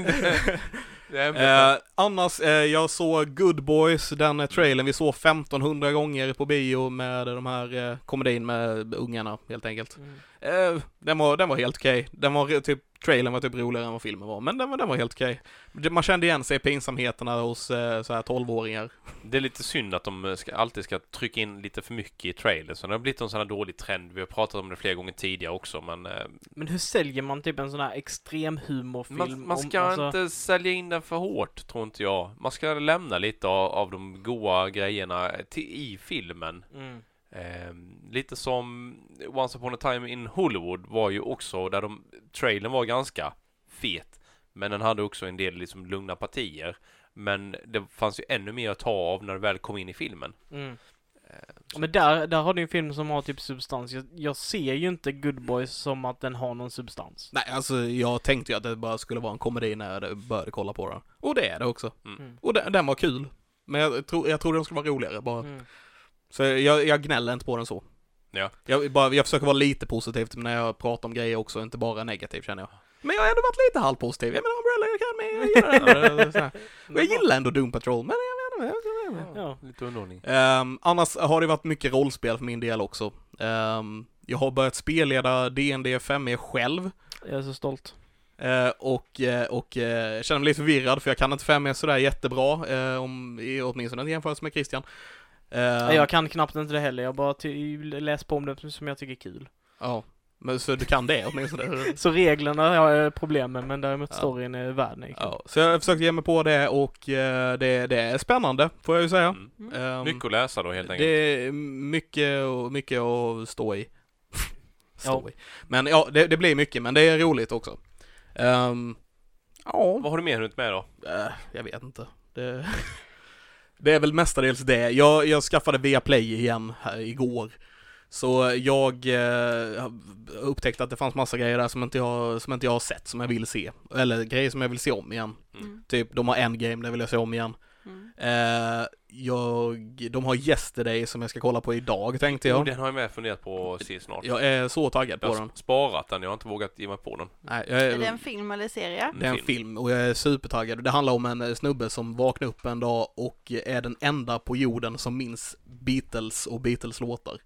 det är en- eh, annars, eh, jag såg Good Boys, den eh, trailern vi såg 1500 gånger på bio med de här eh, komedin med ungarna helt enkelt. Mm. Eh, den, var, den var helt okej. Den var re- typ, trailern var typ roligare än vad filmen var, men den, var- den var helt okej. Det- Man kände igen sig i pinsamheterna hos eh, så här 12-åringar. Det är lite synd att de ska, alltid ska trycka in lite för mycket i trailers. Så det har blivit en sån här dålig trend. Vi har pratat om det flera gånger tidigare också, men... eh, Men hur säljer man typ en sån här extrem humorfilm? Man, man ska om, alltså- inte sälja in den för hårt, tror inte jag. Man ska lämna lite av, av de goa grejerna till, i filmen. Mm. Ehm, lite som Once upon a time in Hollywood var ju också där de, trailern var ganska fet. Men den hade också en del liksom lugna partier. Men det fanns ju ännu mer att ta av när det väl kom in i filmen. Mm. Ehm, Ja, Men där, där har du en film som har typ substans. Jag, jag ser ju inte Good Boys som att den har någon substans. Nej, alltså jag tänkte ju att det bara skulle vara en komedi när jag började kolla på den. Och det är det också. Mm. Mm. Och den, den var kul. Men jag, tro, jag trodde den skulle vara roligare bara. Mm. Så jag, jag gnäller inte på den så. Ja. Jag, bara, jag försöker vara lite positiv när jag pratar om grejer också, inte bara negativ känner jag. Men jag har ändå varit lite halvpositiv. Jag menar, Umbrella Academy, jag gillar den. Och så här. Och jag gillar ändå Doom Patrol, men jag menar, jag menar. Ja. Lite underhållning. Ehm, annars har det varit mycket rollspel för min del också. Ehm, jag har börjat spelleda D&D 5 E själv. Jag är så stolt. Eh, och eh, och eh, känner mig lite förvirrad för jag kan inte 5 sådär jättebra, eh, om, i, åtminstone inte jämfört med Christian. Eh, Nej, Jag kan knappt inte det heller. Jag bara ty- läser på om det som jag tycker är kul. Ja, men så du kan det åtminstone. Så reglerna har jag problem med, men däremot Ja. storyn är värd nej. ja, så jag försökte ge mig på det och eh, det, det är spännande, får jag ju säga. Mm. Mm. Ehm, Mycket att läsa då helt det enkelt. är mycket, och- mycket att stå i. stå Ja. i. Men ja, det, det blir mycket, men det är roligt också. Ehm, ja, Vad har du mer hunnit med då? Eh, jag vet inte. Det, det är väl mestadels det. Jag, jag skaffade Viaplay igen här igår. Så jag eh, upptäckte att det fanns massa grejer där som inte, jag, som inte jag har sett, som jag vill se. Eller grejer som jag vill se om igen. Mm. Typ, de har Endgame, det vill jag se om igen. Mm. Eh, jag, de har Yesterday som jag ska kolla på idag, tänkte Jo, jag. den har jag med funderat på att se snart. Jag är så taggad Jag på har den. sparat den, jag har inte vågat ge mig på den. Nej, jag Eh, Är det en film eller serie? Mm. Det är en film och jag är supertaggad. Det handlar om en eh, snubbe som vaknar upp en dag eh, och är den enda på jorden som minns Beatles och Beatles-låtar.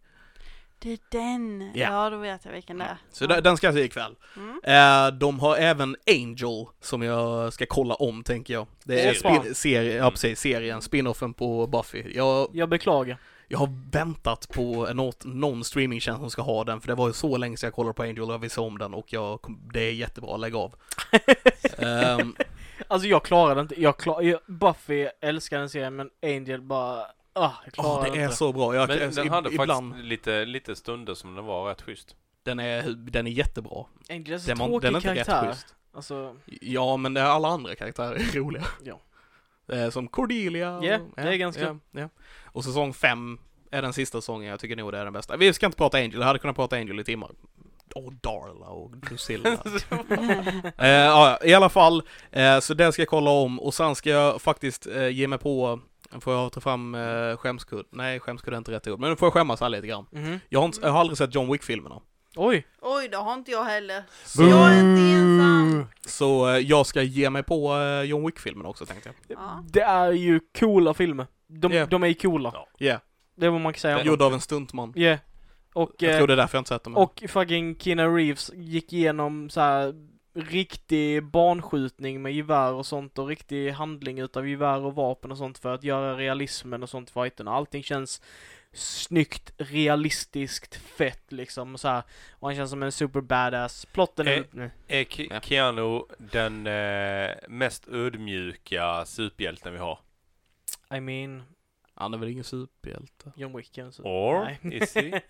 Det är den! Ja. Ja, då vet jag vilken det är. Så den- den ska jag se ikväll. Mm. Eh, de har även Angel som jag ska kolla om tänker jag. Det är Serien. spi- seri- ja, precis, serien, spinoffen på Buffy. Jag, Jag beklagar. jag har väntat på en åt- någon streamingtjänst som ska ha den för det var ju så länge sedan jag kollade på Angel och jag vill se om den och jag, kom- det är jättebra, lägg av. Ehm, Alltså jag klarar det inte. Jag klar, jag, Buffy älskar den serien men Angel bara... Ah, jag klarar åh, det är inte. så bra. Jag, Men den ib- hade ibland, faktiskt lite, lite stunder som den var rätt schysst. den, är, den är jättebra. Angel är så Den, var- Alltså, tråkig den är inte rätt karaktär. schysst. Alltså, Ja, men det är alla andra karaktärer är roliga. Ja. Eh, Som Cordelia. och- Ja, det är ganska- Ja, ja. Och säsong fem är den sista säsongen, jag tycker nog det är den bästa. Vi ska inte prata Angel, jag hade kunnat prata Angel i timmar. Och Darla och Drusilla. eh, ja, I alla fall, eh, så den ska jag kolla om och sen ska jag faktiskt eh, ge mig på, får jag ta fram eh, skämskudd? Nej, skämskudd är inte rätt ord, men nu får jag skämmas här lite grann. mhm. Jag har, inte, jag har aldrig sett John Wick-filmerna. Oj! Oj, det har inte jag heller. Så jag är inte ensam. Så eh, jag ska ge mig på eh, John Wick-filmerna också tänkte jag. Ja. Det är ju coola filmer. De, Ja. de är ju coola. Ja. Ja. Det är vad man kan säga. om dem. Gjord av en stuntman. Ja. Och, Jag eh, tror det är därför jag inte sett Mm. dem. än. och fucking Keanu Reeves gick igenom så här riktig barnskjutning med gevär och sånt och riktig handling utav gevär och vapen och sånt för att göra realismen och sånt i fighterna. Allting känns snyggt, realistiskt, fett liksom och så här. Och han känns som en super badass. Plotten är... Eh, Nej. Är Ke- Ja. Keanu den eh, mest ödmjuka superhjälten vi har? I mean, Han är väl ingen superhjälte? John Wick är en super... Or Nej. is he?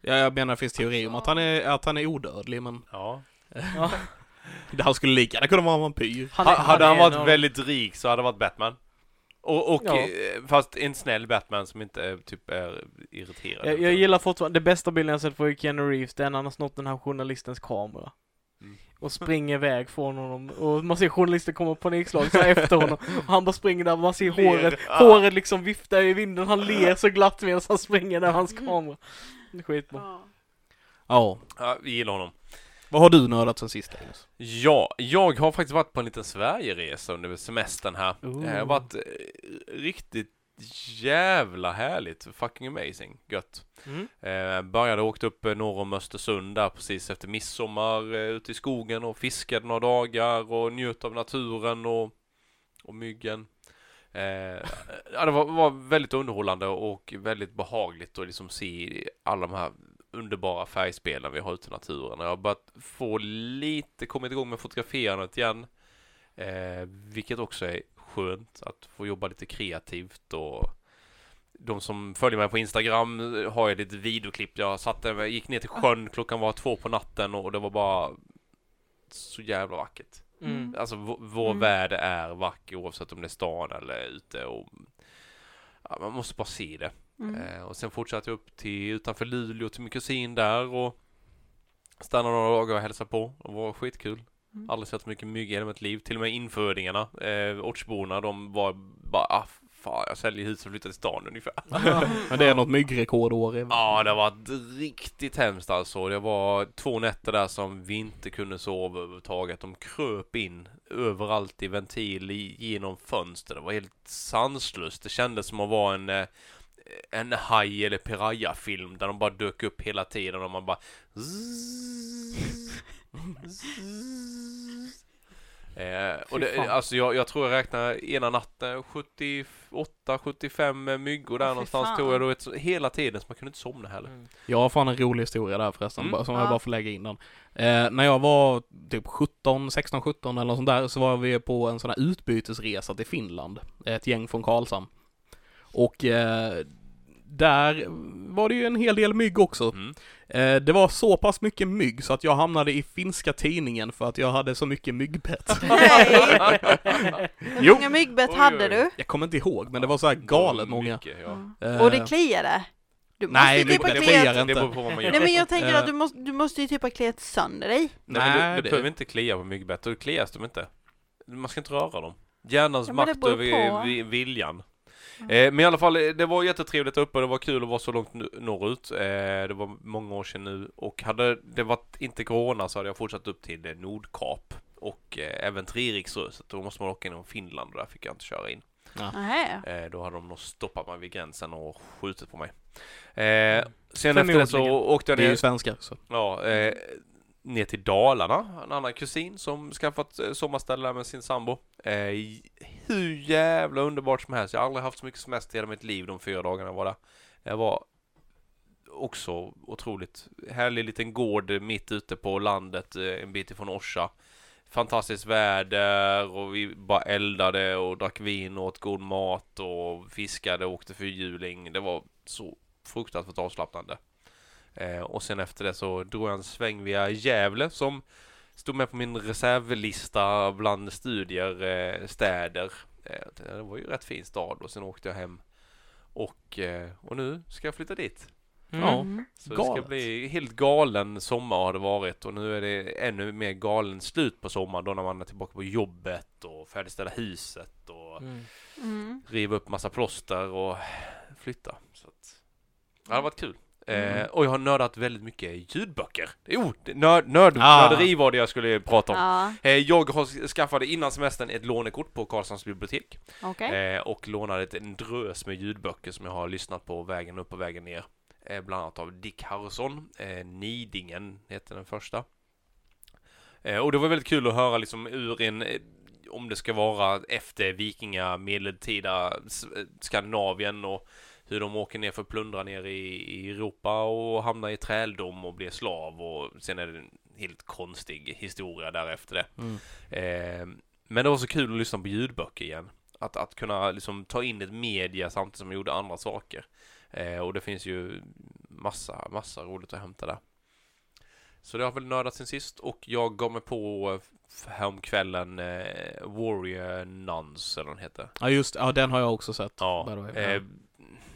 Ja, jag menar det finns teorier om att han är, att han är odödlig, men Ja. Ja. han skulle lika gärna kunna vara en vampyr. Han är- Ha, hade är han en varit av- väldigt rik så hade han varit Batman. Och, och Ja. eh, fast en snäll Batman som inte är, typ är irriterad. Jag, jag gillar fortfarande, det bästa bilden jag sett på Keanu Reeves, det är när han har snott den här journalistens kamera. Mm. Och springer iväg från honom och man ser journalisten komma på nikslag så här efter honom och han bara springer där och man ser Ler. håret, Ah. håret liksom viftar i vinden, han ler så glatt medan han springer där hans kamera. Det är Skitbra. Ja. Ja. Ja, vi ah, gillar honom. Vad har du nördat sen sist, Linus? Ja, jag har faktiskt varit på en liten Sverigeresa under semestern här. Ooh. Det har varit eh, riktigt jävla härligt. Fucking amazing. Gött. Mm. Eh, började åkt upp eh, norr om Östersund där precis efter midsommar eh, ute i skogen och fiskade några dagar och njöt av naturen och, och myggen. Eh, ja, det var, var väldigt underhållande och väldigt behagligt att liksom se alla de här underbara färgspelen vi har ute i naturen. Jag har börjat få lite, kommit igång med fotograferandet igen. Eh, vilket också är skönt att få jobba lite kreativt och de som följer mig på Instagram eh, har jag lite videoklipp. Jag satt där, jag gick ner till Ah. sjön, klockan var två på natten och det var bara så jävla vackert. Mm. Alltså vå- vår Mm. värld är vacker oavsett om det är stan eller ute och ja, man måste bara se det. Mm. Eh, och sen fortsatte jag upp till utanför Luleå till min kusin där och stannade några dagar och hälsade på. Det var skitkul. Mm. Aldrig sett så mycket mygg i hela mitt liv. Till och med infödingarna, eh, ortsborna, de var bara ah, fan, jag säljer huset och flyttar till stan ungefär. Men det är något myggrekordår. i- Ja, det var riktigt hemskt alltså. Det var två nätter där som vi inte kunde sova överhuvudtaget. De kröp in överallt i ventil, i- genom fönster. Det var helt sanslöst. Det kändes som att vara en, eh, en haj eller piraya-film där de bara dök upp hela tiden och man bara... Eh, och Fy det, fan. alltså jag, jag tror jag räknar ena natten 78-75 myggor där Åh, fy någonstans fan. tror jag då ett, hela tiden så man kunde inte somna heller. Mm. Jag har fan en rolig historia där förresten, Mm. bara- som Ja. jag bara får lägga in den. Eh, när jag var typ 17, 16, 17 eller något sånt där, så var vi på en sån här utbytesresa till Finland. Ett gäng från Karlshamn. Och eh, där var det ju en hel del mygg också. Mm. Eh, Det var så pass mycket mygg så att jag hamnade i finska tidningen för att jag hade så mycket myggbett. Nej! Hur många myggbett Oj, oj, hade oj. du? Mm. Jag kommer inte ihåg, men det var så här galet många. Mycket, ja. Eh, Och det kliade? Du måste Nej, ju typ det- ha det kliat... kliar inte. Mm. Det beror på vad man gör. Nej men jag tänker Eh. att du måste, du måste ju typ ha kliat sönder dig. Nej, men du, du Nej, det- behöver inte klia på myggbett, då klias de inte. Man ska inte röra dem. Hjärnans Ja, men det makt beror över eh, på. vi, viljan. Mm. Eh, men i alla fall, eh, det var jättetrevligt uppe, det var kul att vara så långt nu- norrut. Eh, det var många år sedan nu och hade det varit inte corona så hade jag fortsatt upp till eh, Nordkap och eh, även Treriksröset. Då måste man åka inom Finland och där fick jag inte köra in. Nähä. Eh, då hade de nog stoppat mig vid gränsen och skjutit på mig. Eh, sen Fem efter det odlingar. så åkte jag Det är ju ner, svenskar så. ja, eh, ner till Dalarna, en annan kusin som skaffat eh, sommarställe där med sin sambo. Eh, hur jävla underbart som helst. Jag har aldrig haft så mycket semester i hela mitt liv de fyra dagarna jag var där. Jag var också otroligt härlig liten gård mitt ute på landet eh, en bit ifrån Orsa. Fantastiskt väder och vi bara eldade och drack vin och åt god mat och fiskade och åkte fyrhjuling. Det var så fruktansvärt avslappnande. Eh, och sen efter det så drog jag en sväng via Gävle som stod med på min reservlista bland studier, eh, städer. Eh, det var ju en rätt fin stad och sen åkte jag hem och, eh, och nu ska jag flytta dit. Ja. Mm. Så det Galet. ska bli helt galen sommar har det varit och nu är det ännu mer galen slut på sommaren då när man är tillbaka på jobbet och färdigställa huset och Mm. Mm. riva upp massa plåster och flytta. Så att, det har varit kul. Eh, och jag har nördat väldigt mycket ljudböcker. Jo, det- nörd, nörd, Ah. nörderi var det jag skulle prata om. Ja, Eh, jag har s- skaffade innan semestern ett lånekort på Karlshamns bibliotek. okej. Eh, och lånade ett, en drös med ljudböcker som jag har lyssnat på vägen upp och vägen ner. Eh, bland annat av Dick Harrison. Eh, Nidingen heter den första. Eh, och det var väldigt kul att höra liksom ur en eh, om det ska vara efter vikinga, medeltida S- eh, Skandinavien och hur de åker ner för att plundra ner i, i Europa och hamnar i träldom och blir slav och sen är det en helt konstig historia därefter det. Mm. Eh, men det var så kul att lyssna på ljudböcker igen. Att, att kunna liksom ta in ett media samtidigt som jag gjorde andra saker. Eh, och det finns ju massa, massa roligt att hämta där. Så det har väl nördat sin sist och jag gav mig på eh, f- häromkvällen eh, Warrior Nuns eller vad den heter. Ja just ja den har jag också sett. by the Ja, way. eh,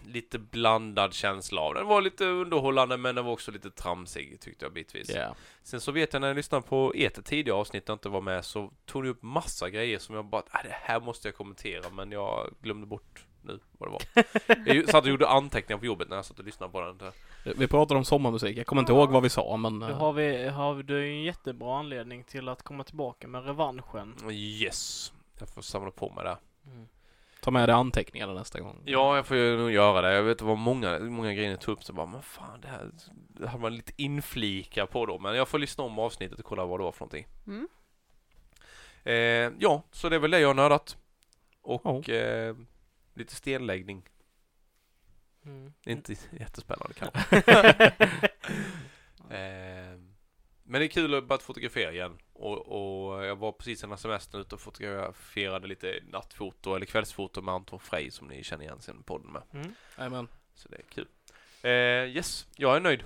lite blandad känsla av den. Den var lite underhållande men den var också lite tramsig tyckte jag bitvis. Ja. Sen så vet jag när jag lyssnade på ert tidigare avsnitt och inte var med så tog ni upp massa grejer som jag bara, "Ah, det här måste jag kommentera men jag glömde bort nu vad det var. Jag ju- satt och gjorde anteckningar på jobbet när jag satt och lyssnade på den. Vi pratade om sommarmusik, jag kommer inte Ja. ihåg vad vi sa men... Då eh, har vi, har du en jättebra anledning till att komma tillbaka med revanschen. Yes, jag får samla på mig det. Mm. Ta med dig anteckningarna nästa gång. Ja, jag får ju nog göra det. Jag vet att det var många, många grejer ni tog upp så bara, men fan det här det hade man lite inflika på då. Men jag får lyssna om avsnittet och kolla vad det var för någonting. Mm. Eh, ja, så det är väl det jag har nördat. Och eh, lite stenläggning. Mm. Inte jättespännande kanske. eh, men det är kul att bara att fotografera igen. Och, och jag var precis innan semestern ute och fotograferade lite nattfoto eller kvällsfoto med Anton Frey som ni känner igen sen podden med. Mm. Amen. Så det är kul. Eh, yes, jag är nöjd.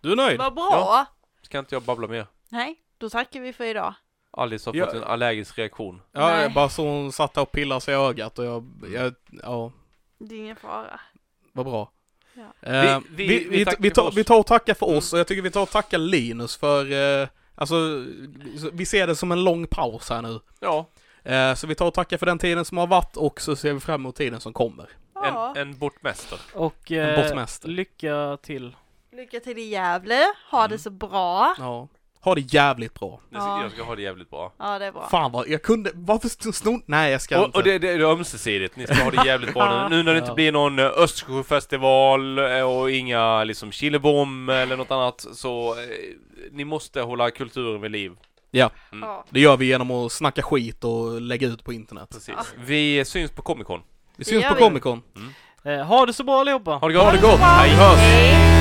Du är nöjd? Vad bra! Ja. Ska inte jag babbla mer? Nej, då tackar vi för idag. Alice har Jag- fått en allergisk reaktion. Ja, Nej. jag bara så hon satt där och pillade sig i ögat och jag, jag ja, Det är ingen fara. vad bra. Ja. Eh, Vi- vi- vi, vi vi, vi, tackar för tar, oss. vi tar och tackar för oss och jag tycker vi tar och tackar Linus för, eh, alltså, vi ser det som en lång paus här nu. Ja, Eh, så vi tar och tackar för den tiden som har varit och så ser vi fram emot tiden som kommer. en, en bortmäster. Och En eh, bortmästare. lycka till. Lycka till i Gävle, ha Mm. det så bra. Ja. Ha det jävligt bra. Det ska- Ja. Jag ska ha det jävligt bra. Ja, det är bra. Fan vad, jag kunde, varför snod, nej jag ska Och, inte. och det, det är ömsesidigt, ni ska ha det jävligt bra nu. Nu när det inte Ja. blir någon eh, Östersjöfestival eh, och inga liksom Killebom eller något annat så eh, ni måste hålla kulturen vid liv. Ja, Mm. Ja. det gör vi genom att snacka skit och lägga ut på internet. Precis. Ja. Vi syns på Comic Con. Vi syns gör på vi. Comic Con. Eh, ha det så bra allihopa! Ha det gott! Ha det så bra. Hej! Hej.